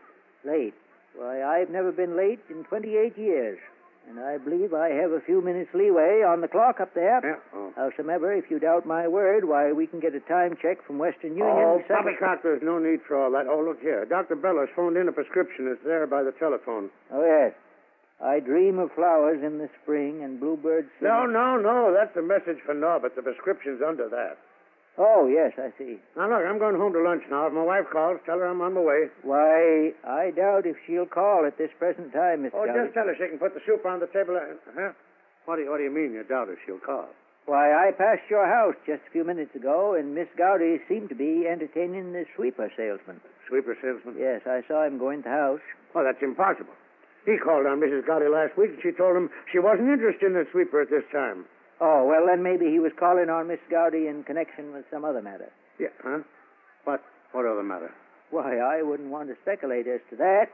Speaker 16: Late. Why, I've never been late in 28 years. And I believe I have a few minutes leeway on the clock up there.
Speaker 21: Oh,
Speaker 16: Howsomever, if you doubt my word, why, we can get a time check from Western Union.
Speaker 21: oh
Speaker 16: Second-
Speaker 21: poppycock, there's no need for all that. Oh, look here. Dr. Bellows phoned in a prescription. It's there by the telephone.
Speaker 16: Oh, yes. I dream of flowers in the spring and bluebirds. sing-
Speaker 21: No, no, no. That's a message for Norbert. The prescription's under that.
Speaker 16: Oh, yes, I see.
Speaker 21: Now, look, I'm going home to lunch now. If my wife calls, tell her I'm on my way.
Speaker 16: Why, I doubt if she'll call at this present time, Mr.
Speaker 21: Oh,
Speaker 16: Gowdy.
Speaker 21: just tell her she can put the soup on the table. and- Huh? What do, you, what do you mean you doubt if she'll call?
Speaker 16: Why, I passed your house just a few minutes ago, and Miss Gowdy seemed to be entertaining the sweeper salesman.
Speaker 21: Sweeper salesman?
Speaker 16: Yes, I saw him go into the house.
Speaker 21: Oh, that's impossible. He called on Mrs. Gotti last week, and she told him she wasn't interested in the sweeper at this time.
Speaker 16: Oh, well, then maybe he was calling on Miss Gowdy in connection with some other matter.
Speaker 21: Yeah, huh? What? What other matter?
Speaker 16: Why, I wouldn't want to speculate as to that.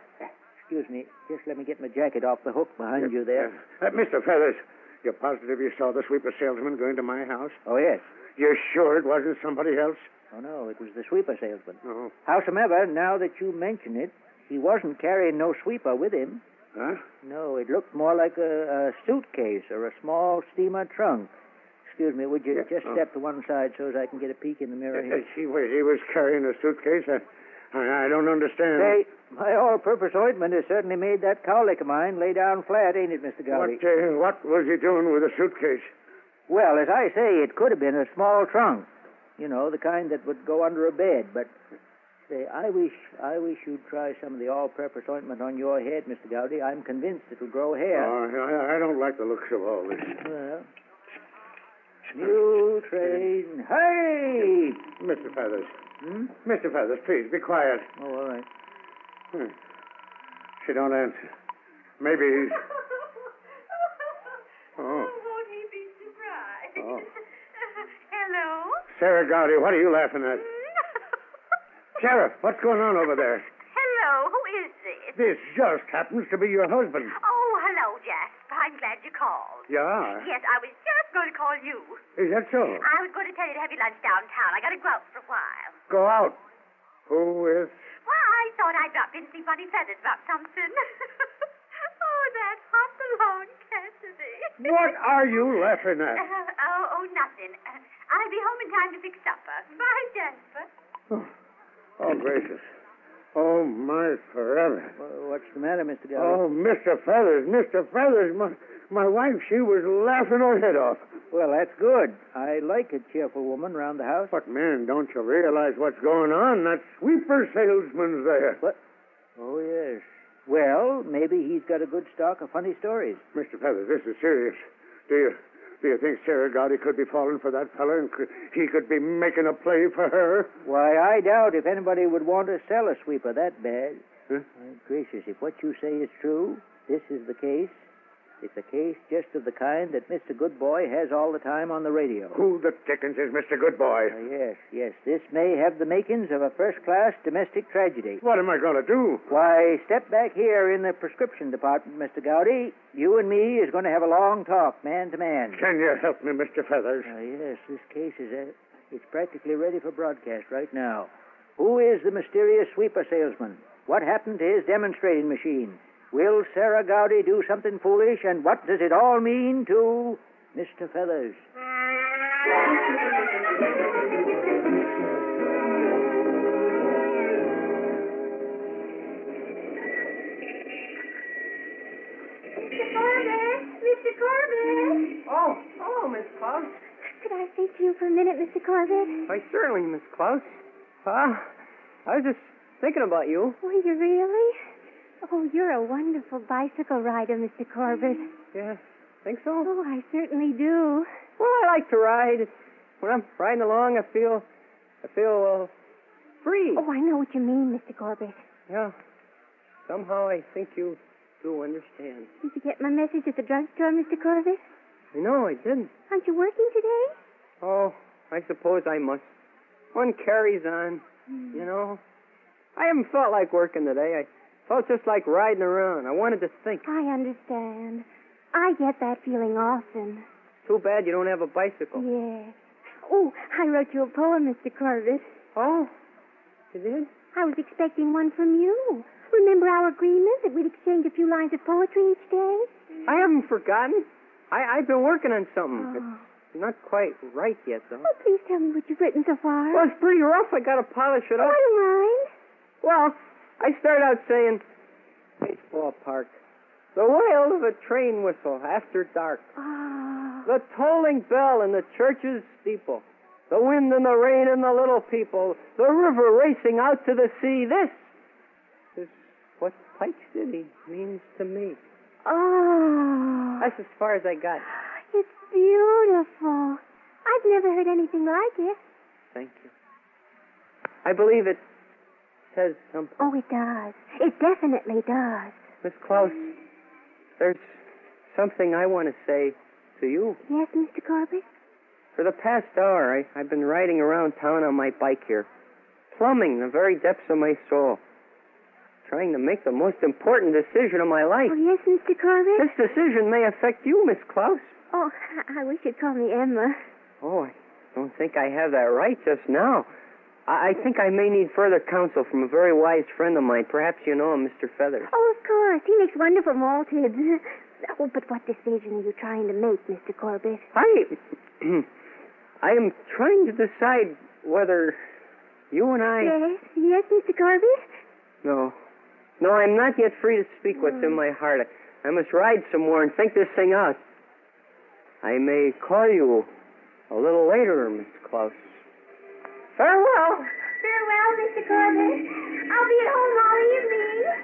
Speaker 16: Excuse me. Just let me get my jacket off the hook behind you there.
Speaker 21: Uh, Mr. Feathers, you're positive you saw the sweeper salesman go into my house?
Speaker 16: Oh, yes.
Speaker 21: You're sure it wasn't somebody else? Oh.
Speaker 16: Oh, no, it was the sweeper salesman.
Speaker 21: No.
Speaker 16: Howsomever, now that you mention it, he wasn't carrying no sweeper with him.
Speaker 21: Huh?
Speaker 16: No, it looked more like a, a suitcase or a small steamer trunk. Excuse me, would you
Speaker 21: Yeah,
Speaker 16: just
Speaker 21: oh.
Speaker 16: step to one side so as I can get a peek in the mirror
Speaker 21: Uh,
Speaker 16: here?
Speaker 21: He was, he was carrying a suitcase? I, I, I don't understand.
Speaker 16: Say, my all-purpose ointment has certainly made that cowlick of mine lay down flat, ain't it, Mr.
Speaker 21: what,
Speaker 16: Gowdy?
Speaker 21: uh, what was he doing with a suitcase?
Speaker 16: Well, as I say, it could have been a small trunk. You know, the kind that would go under a bed, but Say, I wish, I wish you'd try some of the all-purpose ointment on your head, Mr. Gowdy. I'm convinced it'll grow hair.
Speaker 21: Oh, I, I don't like the looks of all this.
Speaker 16: Well, new train. Hey!
Speaker 21: Mr. Feathers.
Speaker 16: Hmm?
Speaker 21: Mr. Feathers, please, be quiet.
Speaker 16: Oh, all right.
Speaker 21: Hmm. She don't answer. Maybe he's... Oh.
Speaker 17: Won't he be surprised?
Speaker 21: Oh.
Speaker 17: Hello?
Speaker 21: Sarah Gowdy, what are you laughing at? Sheriff, what's going on over there?
Speaker 17: Hello, who is this?
Speaker 21: This just happens to be your husband.
Speaker 17: Oh, hello, Jasper. I'm glad you called.
Speaker 21: Yeah?
Speaker 17: Yes, I was just going to call you.
Speaker 21: Is that so?
Speaker 17: I was going to tell you to have your lunch downtown. I got to go out for a while.
Speaker 21: Go out. Who is?
Speaker 17: Well, I thought I'd drop in and see Bunny Feathers about something. oh, that hop along, Cassidy.
Speaker 21: What are you laughing
Speaker 17: Uh,
Speaker 21: at?
Speaker 17: oh, oh, nothing. Uh, I'll be home in time to fix supper. Bye, Jasper.
Speaker 21: Oh, gracious. Oh, my forever.
Speaker 16: Well, what's the matter, Mr. Gowdy?
Speaker 21: Oh, Mr. Feathers, Mr. Feathers, my, my wife, she was laughing her head off.
Speaker 16: Well, that's good. I like a cheerful woman round the house.
Speaker 21: But, man, don't you realize what's going on? That sweeper salesman's there.
Speaker 16: What? Oh, yes. Well, maybe he's got a good stock of funny stories.
Speaker 21: Mr. Feathers, this is serious. Do you do you think Sarah Gowdy could be falling for that fella and could, he could be making a play for her?
Speaker 16: Why, I doubt if anybody would want to sell a sweeper that bad.
Speaker 21: Huh?
Speaker 16: My gracious, if what you say is true, this is the case. It's a case just of the kind that Mr. Goodboy has all the time on the radio.
Speaker 21: Who the dickens is Mr. Goodboy?
Speaker 16: Uh, yes, yes, this may have the makings of a first class domestic tragedy.
Speaker 21: What am I going to do?
Speaker 16: Why, step back here in the prescription department, Mr. Gowdy. You and me is going to have a long talk, man to man.
Speaker 21: Can you help me, Mr. Feathers?
Speaker 16: Uh, yes, this case is uh, it's practically ready for broadcast right now. Who is the mysterious sweeper salesman? What happened to his demonstrating machine? Will Sarah Gowdy do something foolish? And what does it all mean to Mr. Feathers?
Speaker 17: Mr. Corbett! Mr. Corbett!
Speaker 20: Oh, hello, Miss Klaus.
Speaker 17: Could I speak to you for a minute, Mr. Corbett?
Speaker 20: Why, certainly, Miss Klaus. Ah, I was just thinking about you.
Speaker 17: Were you really? Oh, you're a wonderful bicycle rider, Mr. Corbett.
Speaker 20: Yeah, think so?
Speaker 17: Oh, I certainly do.
Speaker 20: Well, I like to ride. When I'm riding along, I feel, I feel, uh, free.
Speaker 17: Oh, I know what you mean, Mr. Corbett.
Speaker 20: Yeah. Somehow I think you do understand.
Speaker 17: Did you get my message at the drugstore, Mr. Corbett?
Speaker 20: You know, I didn't.
Speaker 17: Aren't you working today?
Speaker 20: Oh, I suppose I must. One carries on, you know. I haven't felt like working today. I felt just like riding around. I wanted to think.
Speaker 17: I understand. I get that feeling often.
Speaker 20: Too bad you don't have a bicycle.
Speaker 17: Yes. Oh, I wrote you a poem, Mr. Corbett.
Speaker 20: Oh, you did?
Speaker 17: I was expecting one from you. Remember our agreement that we'd exchange a few lines of poetry each day?
Speaker 20: I haven't forgotten. I, I've been working on something.
Speaker 17: Oh.
Speaker 20: It's not quite right yet, though.
Speaker 17: oh, please tell me what you've written so far.
Speaker 20: Well, it's pretty rough. I gotta polish it
Speaker 17: oh,
Speaker 20: up.
Speaker 17: I don't mind.
Speaker 20: Well, I start out saying, baseball park, the wail of a train whistle after dark,
Speaker 17: Ah,
Speaker 20: the tolling bell in the church's steeple, the wind and the rain and the little people, the river racing out to the sea. This is what Pike City means to me.
Speaker 17: oh.
Speaker 20: That's as far as I got.
Speaker 17: It's beautiful. I've never heard anything like it.
Speaker 20: Thank you. I believe it says something.
Speaker 17: Oh, it does. It definitely does.
Speaker 20: Miss Klaus, there's something I want to say to you.
Speaker 17: Yes, Mr. Corbett?
Speaker 20: For the past hour, I, I've been riding around town on my bike here, plumbing the very depths of my soul, trying to make the most important decision of my life.
Speaker 17: Oh, yes, Mr. Corbett?
Speaker 20: This decision may affect you, Miss Klaus.
Speaker 17: Oh, I, I wish you'd call me Emma.
Speaker 20: Oh, I don't think I have that right just now. I, I think I may need further counsel from a very wise friend of mine. Perhaps you know him, Mr. Feathers.
Speaker 17: Oh, of course. He makes wonderful malteds. Oh, but what decision are you trying to make, Mr. Corbett?
Speaker 20: I, I am trying to decide whether you and I.
Speaker 17: Yes, yes, Mr. Corbett?
Speaker 20: No. No, I'm not yet free to speak what's in my heart. I, I must ride some more and think this thing out. I may call you a little later, Miss Klaus. Farewell.
Speaker 17: Farewell,
Speaker 12: well, Mr. Corbett. I'll be at home all evening.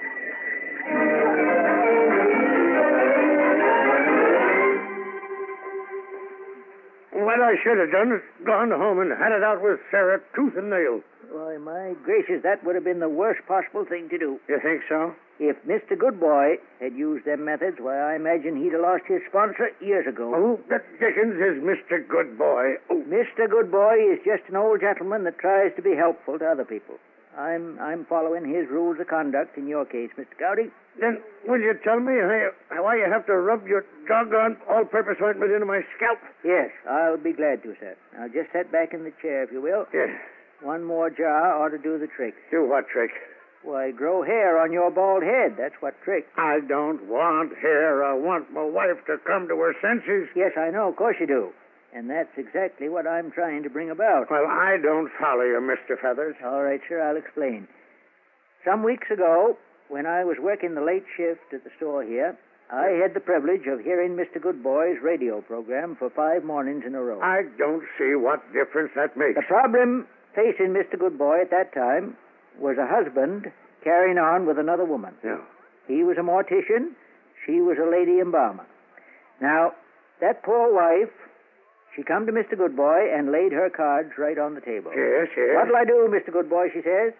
Speaker 21: What I should have done is gone home and had it out with Sarah tooth and nail.
Speaker 16: Why, my gracious, that would have been the worst possible thing to do.
Speaker 21: You think so?
Speaker 16: If Mr. Goodboy had used them methods, why, I imagine he'd have lost his sponsor years ago.
Speaker 21: Who the dickens is Mr. Goodboy? Oh,
Speaker 16: Mr. Goodboy is just an old gentleman that tries to be helpful to other people. I'm I'm following his rules of conduct in your case, Mr. Gowdy.
Speaker 21: Then will you tell me how, why you have to rub your doggone all-purpose ointment into my scalp?
Speaker 16: Yes, I'll be glad to, sir. Now just sit back in the chair, if you will.
Speaker 21: Yes.
Speaker 16: One more jar ought to do the trick.
Speaker 21: Do what trick?
Speaker 16: Why, grow hair on your bald head. That's what trick.
Speaker 21: I don't want hair. I want my wife to come to her senses.
Speaker 16: Yes, I know. Of course you do. And that's exactly what I'm trying to bring about.
Speaker 21: Well, I don't follow you, Mr. Feathers.
Speaker 16: All right, sir, I'll explain. Some weeks ago, when I was working the late shift at the store here, I had the privilege of hearing Mr. Goodboy's radio program for five mornings in a row.
Speaker 21: I don't see what difference that makes.
Speaker 16: The problem facing Mr. Goodboy at that time was a husband carrying on with another woman.
Speaker 21: Yeah.
Speaker 16: He was a mortician, she was a lady embalmer. Now, that poor wife she come to Mr. Goodboy and laid her cards right on the table.
Speaker 21: Yes, yes.
Speaker 16: What'll I do, Mr. Goodboy, she says.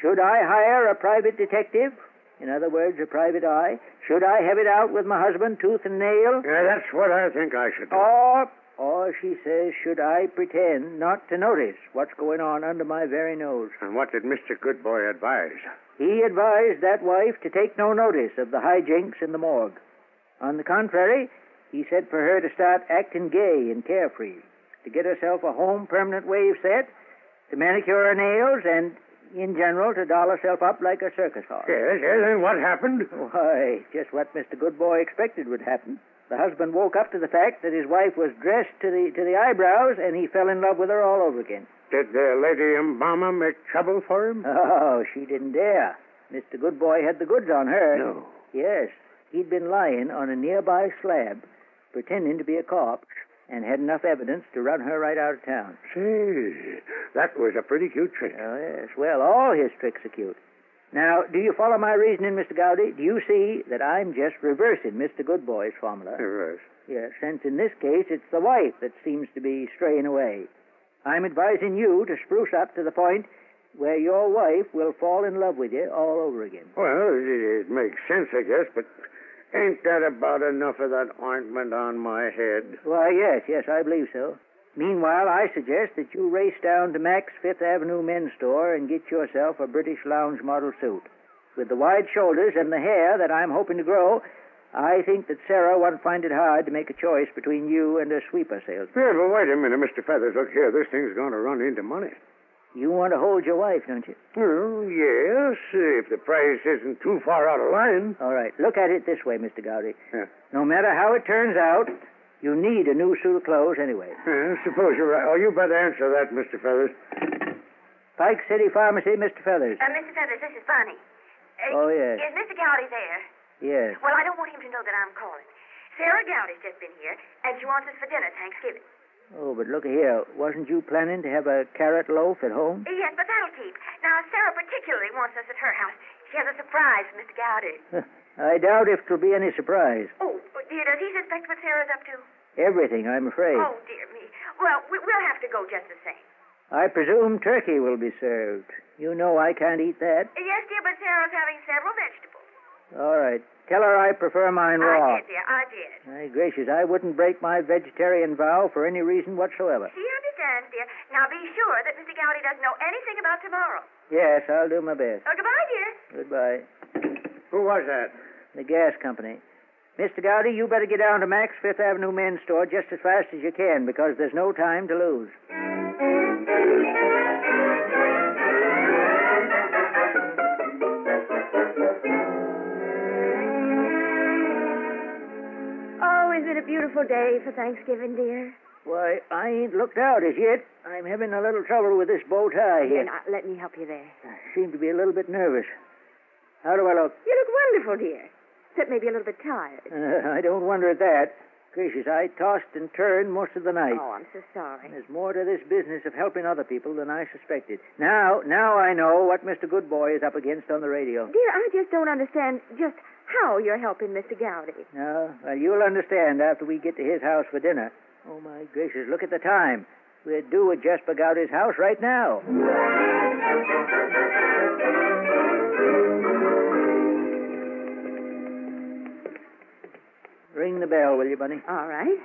Speaker 16: Should I hire a private detective? In other words, a private eye. Should I have it out with my husband, tooth and nail?
Speaker 21: Yeah, that's what I think I should do.
Speaker 16: Or, or she says, should I pretend not to notice what's going on under my very nose?
Speaker 21: And what did Mr. Goodboy advise?
Speaker 16: He advised that wife to take no notice of the hijinks in the morgue. On the contrary, he said for her to start acting gay and carefree, to get herself a home permanent wave set, to manicure her nails, and in general to doll herself up like a circus horse.
Speaker 21: Yes, yes, and what happened?
Speaker 16: Why, just what Mr. Goodboy expected would happen. The husband woke up to the fact that his wife was dressed to the to the eyebrows, and he fell in love with her all over again.
Speaker 21: Did the lady embalmer make trouble for him?
Speaker 16: Oh, she didn't dare. Mr. Goodboy had the goods on her.
Speaker 21: No.
Speaker 16: Yes. He'd been lying on a nearby slab pretending to be a corpse and had enough evidence to run her right out of town.
Speaker 21: Gee, that was a pretty cute trick.
Speaker 16: Oh, yes. Well, all his tricks are cute. Now, do you follow my reasoning, Mr. Gowdy? Do you see that I'm just reversing Mr. Goodboy's formula?
Speaker 21: Reverse.
Speaker 16: Yes, since in this case it's the wife that seems to be straying away. I'm advising you to spruce up to the point where your wife will fall in love with you all over again.
Speaker 21: Well, it, it makes sense, I guess, but Ain't that about enough of that ointment on my head?
Speaker 16: Why, Uh, yes, yes, I believe so. Meanwhile, I suggest that you race down to Mac's Fifth Avenue men's store and get yourself a British lounge model suit. With the wide shoulders and the hair that I'm hoping to grow, I think that Sarah won't find it hard to make a choice between you and a sweeper salesman.
Speaker 21: Yeah, but wait a minute, Mr. Feathers. Look here, this thing's going to run into money.
Speaker 16: You want to hold your wife, don't you?
Speaker 21: Well, yes, if the price isn't too far out of line.
Speaker 16: All right. Look at it this way, Mr. Gowdy.
Speaker 21: Yeah.
Speaker 16: No matter how it turns out, you need a new suit of clothes anyway.
Speaker 21: Yeah, suppose you're right. Oh, you better answer that, Mr. Feathers.
Speaker 16: Pike City Pharmacy, Mr. Feathers.
Speaker 12: Uh, Mr. Feathers, this is Bonnie. Uh,
Speaker 16: Oh, yes.
Speaker 12: Is Mr. Gowdy there?
Speaker 16: Yes.
Speaker 12: Well, I don't want him to know that I'm calling. Sarah Gowdy's just been here, and she wants us for dinner Thanksgiving.
Speaker 16: Oh, but look here. Wasn't you planning to have a carrot loaf at home?
Speaker 12: Uh, Yes, but that'll keep. Now, Sarah particularly wants us at her house. She has a surprise for Mr. Gowdy.
Speaker 16: I doubt if it'll be any surprise.
Speaker 12: Oh, dear, does he suspect what Sarah's up to?
Speaker 16: Everything, I'm afraid.
Speaker 12: Oh, dear me. Well, we, we'll have to go just the same.
Speaker 16: I presume turkey will be served. You know I can't eat that.
Speaker 12: Uh, Yes, dear, but Sarah's having several vegetables.
Speaker 16: All right. Tell her I prefer mine raw.
Speaker 12: I did, dear. I did.
Speaker 16: My gracious, I wouldn't break my vegetarian vow for any reason whatsoever.
Speaker 12: She understands, dear. Now be sure that Mr. Gowdy doesn't know anything about tomorrow.
Speaker 16: Yes, I'll do my best.
Speaker 12: Oh, goodbye, dear.
Speaker 16: Goodbye.
Speaker 21: Who was that?
Speaker 16: The gas company. Mr. Gowdy, you better get down to Max Fifth Avenue men's store just as fast as you can because there's no time to lose.
Speaker 19: Oh, is it a beautiful day for Thanksgiving, dear?
Speaker 16: Why, I ain't looked out as yet. I'm having a little trouble with this bow tie here.
Speaker 19: Then I- let me help you there.
Speaker 16: I seem to be a little bit nervous. How do I look?
Speaker 19: You look wonderful, dear. Except maybe a little bit tired.
Speaker 16: Uh, I don't wonder at that. Gracious, I tossed and turned most of the night.
Speaker 19: Oh, I'm so sorry.
Speaker 16: There's more to this business of helping other people than I suspected. Now, now I know what Mr. Goodboy is up against on the radio.
Speaker 19: Dear, I just don't understand just how you're helping Mr. Gowdy.
Speaker 16: No, well, you'll understand after we get to his house for dinner. Oh, my gracious, look at the time. We're due at Jasper Gowdy's house right now. Ring the bell, will you, Bunny?
Speaker 19: All right.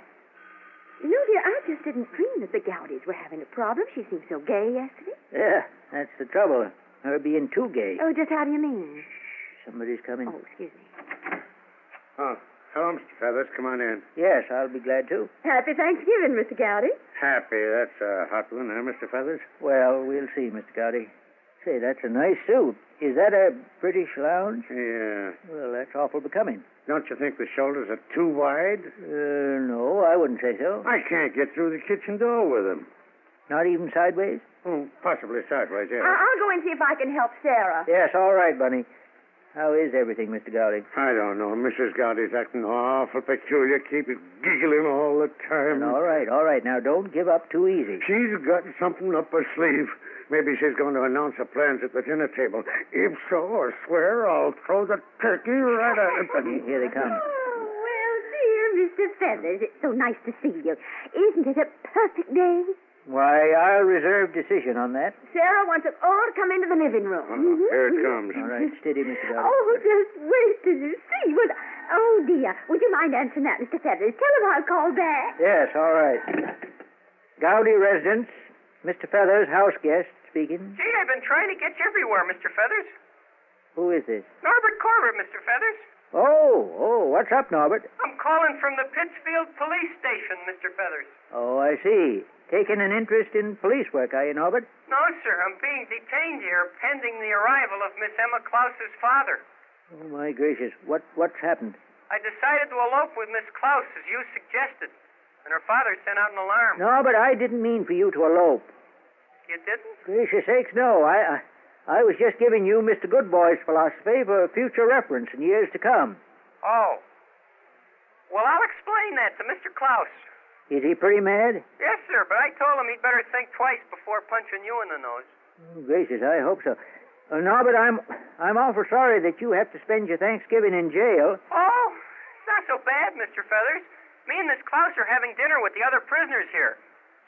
Speaker 19: You know, dear, I just didn't dream that the Gowdies were having a problem. She seemed so gay yesterday.
Speaker 16: Yeah, that's the trouble. Her being too gay.
Speaker 19: Oh, just how do you mean?
Speaker 16: Somebody's coming.
Speaker 19: Oh, excuse me.
Speaker 21: Oh, hello, Mr. Feathers. Come on in.
Speaker 16: Yes, I'll be glad to.
Speaker 19: Happy Thanksgiving, Mr. Gowdy.
Speaker 21: Happy. That's a hot one, huh, Mr. Feathers?
Speaker 16: Well, we'll see, Mr. Gowdy. Say, that's a nice suit. Is that a British lounge?
Speaker 21: Yeah.
Speaker 16: Well, that's awful becoming.
Speaker 21: Don't you think the shoulders are too wide?
Speaker 16: Uh, no, I wouldn't say so.
Speaker 21: I can't get through the kitchen door with them.
Speaker 16: Not even sideways?
Speaker 21: Oh, possibly sideways, yeah.
Speaker 19: I- I'll go and see if I can help Sarah.
Speaker 16: Yes, all right, Bunny. How is everything, Mr. Gowdy?
Speaker 21: I don't know. Mrs. Gowdy's acting awful peculiar. Keep it giggling all the time.
Speaker 16: all right, all right. Now, don't give up too easy.
Speaker 21: She's got something up her sleeve. Maybe she's going to announce her plans at the dinner table. If so, I swear I'll throw the turkey right at them.
Speaker 16: Here they
Speaker 19: Oh,
Speaker 16: come.
Speaker 19: well, dear Mr. Feathers, it's so nice to see you. Isn't it a perfect day?
Speaker 16: Why, I'll reserve decision on that.
Speaker 19: Sarah wants us all to come into the living room.
Speaker 16: Oh,
Speaker 19: Mhm.
Speaker 21: Here it comes.
Speaker 16: All right, steady, Mr. Gowdy.
Speaker 19: Oh, just wait till you see what. Oh, dear. Would you mind answering that, Mr. Feathers? Tell him I'll call back.
Speaker 16: Yes, all right. Gowdy residence, Mr. Feathers, house guest speaking.
Speaker 22: Gee, I've been trying to get you everywhere, Mr. Feathers.
Speaker 16: Who is this?
Speaker 22: Norbert Corver, Mr. Feathers.
Speaker 16: Oh, oh, what's up, Norbert?
Speaker 22: I'm calling from the Pittsfield Police Station, Mr. Feathers.
Speaker 16: Oh, I see. Taking an interest in police work, are you, Norbert?
Speaker 22: No, sir, I'm being detained here pending the arrival of Miss Emma Klaus's father.
Speaker 16: Oh my gracious, what what's happened?
Speaker 22: I decided to elope with Miss Klaus as you suggested, and her father sent out an alarm.
Speaker 16: Norbert, I didn't mean for you to elope.
Speaker 22: You didn't?
Speaker 16: Gracious sakes, no. I, I I was just giving you Mr. Goodboy's philosophy for future reference in years to come.
Speaker 22: Oh. Well, I'll explain that to Mr. Klaus.
Speaker 16: Is he pretty mad?
Speaker 22: Yes, sir, but I told him he'd better think twice before punching you in the nose.
Speaker 16: Oh, gracious, I hope so. Uh, Norbert, I'm I'm awful sorry that you have to spend your Thanksgiving in jail.
Speaker 22: Oh, it's not so bad, Mr. Feathers. Me and Miss Klaus are having dinner with the other prisoners here.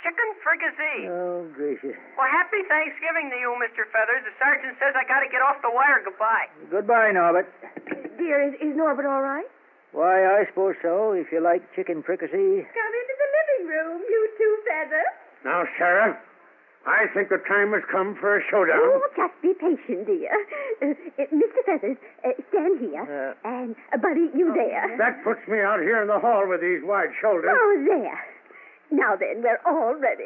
Speaker 22: Chicken fricassee.
Speaker 16: Oh gracious.
Speaker 22: Well, happy Thanksgiving to you, Mr. Feathers. The sergeant says I gotta get off the wire. Goodbye.
Speaker 16: Goodbye, Norbert.
Speaker 19: Dear, is, is Norbert all right?
Speaker 16: Why, I suppose so. If you like chicken fricassee.
Speaker 19: Come into the living room, you two feathers.
Speaker 21: Now, Sarah, I think the time has come for a showdown.
Speaker 19: Oh, just be patient, dear. Uh, uh, Mr. Feathers, uh, stand here. and, uh, Buddy, you there.
Speaker 21: oh, That puts me out here in the hall with these wide shoulders.
Speaker 19: Oh, there. Now then, we're all ready.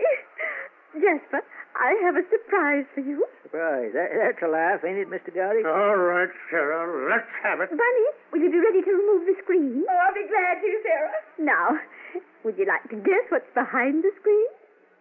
Speaker 19: Jasper, I have a surprise for you.
Speaker 16: Surprise. That, that's a laugh, ain't it, Mr. Gowdy?
Speaker 21: All right, Sarah, let's have it.
Speaker 19: Bunny, will you be ready to remove the screen? Oh, I'll be glad to, Sarah. Now, would you like to guess what's behind the screen?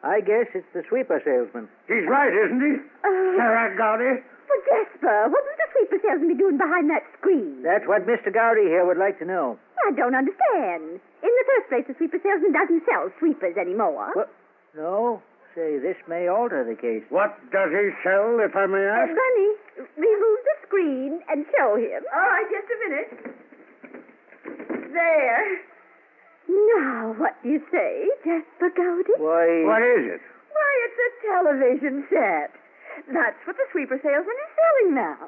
Speaker 16: I guess it's the sweeper salesman.
Speaker 21: He's right, isn't he?
Speaker 19: Oh,
Speaker 21: Sarah Gowdy.
Speaker 19: Well, Jasper, what would the sweeper salesman be doing behind that screen?
Speaker 16: That's what Mr. Gowdy here would like to know.
Speaker 19: I don't understand. In the first place, the sweeper salesman doesn't sell sweepers anymore.
Speaker 16: What? No? Say, this may alter the case.
Speaker 21: What does he sell, if I may
Speaker 19: Uh,
Speaker 21: ask?
Speaker 19: Bunny, remove the screen and show him. All right, just a minute. There. Now, what do you say, Jasper Gowdy?
Speaker 16: Why?
Speaker 21: What is it?
Speaker 19: Why, it's a television set. That's what the sweeper salesman is selling now.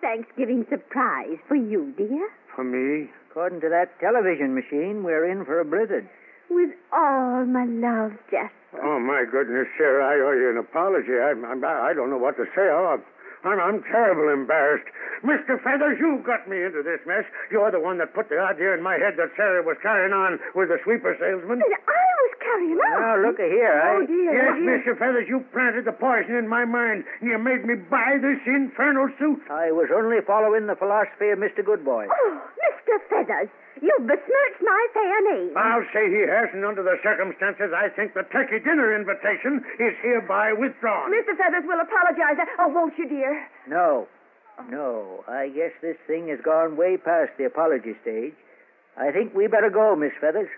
Speaker 19: Thanksgiving surprise for you, dear.
Speaker 21: For me?
Speaker 16: According to that television machine, we're in for a blizzard.
Speaker 19: With all my love, Jasper.
Speaker 21: Oh, my goodness, Sarah, I owe you an apology. I, I, I don't know what to say. Oh, I'm, I'm, I'm terribly embarrassed. Mr. Feathers, you got me into this mess. You're the one that put the idea in my head that Sarah was carrying on with the sweeper salesman.
Speaker 19: And I was carrying on.
Speaker 16: Now, look here. I...
Speaker 19: Oh, dear.
Speaker 21: eh? Yes,
Speaker 19: dear.
Speaker 21: Mr. Feathers, you planted the poison in my mind. and You made me buy this infernal suit.
Speaker 16: I was only following the philosophy of Mr. Goodboy.
Speaker 19: Oh, Mr. Feathers, you've besmirched my fair name.
Speaker 21: I'll say he has, and under the circumstances, I think the turkey dinner invitation is hereby
Speaker 16: Um.
Speaker 21: withdrawn.
Speaker 19: Mr. Feathers will apologize. Oh, won't you, dear?
Speaker 16: No. No. I guess this thing has gone way past the apology stage. I think we better go, Miss Feathers.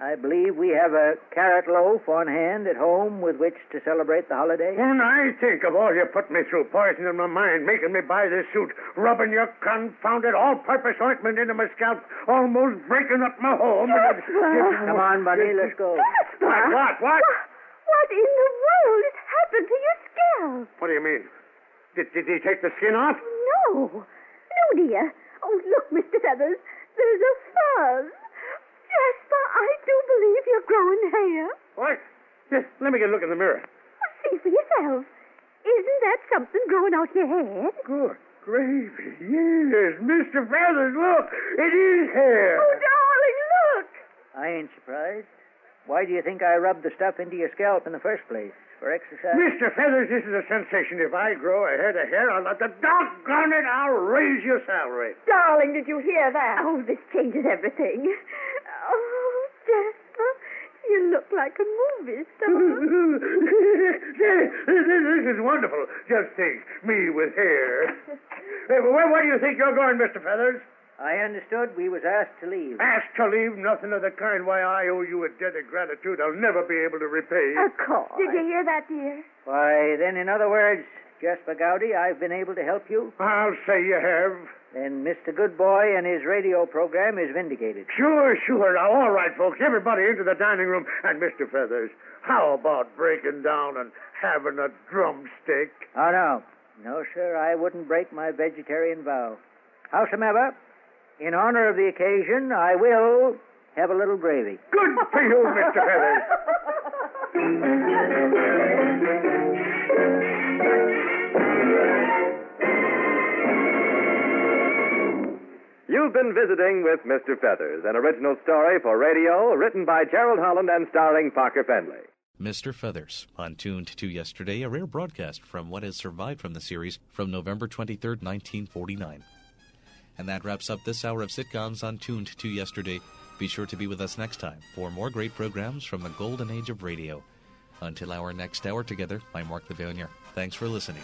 Speaker 16: I believe we have a carrot loaf on hand at home with which to celebrate the holiday.
Speaker 21: When I think of all you put me through, poisoning my mind, making me buy this suit, rubbing your confounded all-purpose ointment into my scalp, almost breaking up my home. and-
Speaker 16: Come on, Bunny, let's go.
Speaker 21: What, what, what?
Speaker 19: What in the world has happened to your scalp?
Speaker 21: What do you mean? Did, did he take the skin off?
Speaker 19: No. No, dear. Oh, look, Mr. Feathers. There's a fuzz. Jasper, I do believe you're growing hair.
Speaker 21: What? Just let me get a look in the mirror.
Speaker 19: See for yourself. Isn't that something growing out your head?
Speaker 21: Good gravy. Yes, Mr. Feathers, look. It is hair.
Speaker 19: Oh, darling, look.
Speaker 16: I ain't surprised. Why do you think I rubbed the stuff into your scalp in the first place? For exercise?
Speaker 21: Mr. Feathers, this is a sensation. If I grow a head of hair, I'll let the doggone it, I'll raise your salary.
Speaker 19: Darling, did you hear that? Oh, this changes everything. Oh, Jasper, you look like a movie
Speaker 21: star. This, this, this is wonderful. Just think, me with hair. Hey, where, where do you think you're going, Mr. Feathers?
Speaker 16: I understood we was asked to leave.
Speaker 21: Asked to leave nothing of the kind. Why, I owe you a debt of gratitude I'll never be able to repay.
Speaker 19: Did you hear that, dear?
Speaker 16: Oh, Why, then, in other words, Jasper Gowdy, I've been able to help you?
Speaker 21: I'll say you have.
Speaker 16: Then Mr. Goodboy and his radio program is vindicated.
Speaker 21: Sure, sure. Now, all right, folks. Everybody into the dining room. And, Mr. Feathers, how about breaking down and having a drumstick?
Speaker 16: Oh, no. No, sir, I wouldn't break my vegetarian vow. Howsomever, in honor of the occasion, I will have a little gravy.
Speaker 21: Good for you, Mr. Feathers.
Speaker 15: You've been visiting with Mr. Feathers, an original story for radio written by Gerald Holland and starring Parker Fenley.
Speaker 1: Mr. Feathers, untuned to yesterday, a rare broadcast from what has survived from the series from November 23, 1949. And that wraps up this hour of sitcoms on Tuned to Yesterday. Be sure to be with us next time for more great programs from the golden age of radio. Until our next hour together, I'm Mark Levanier. Thanks for listening.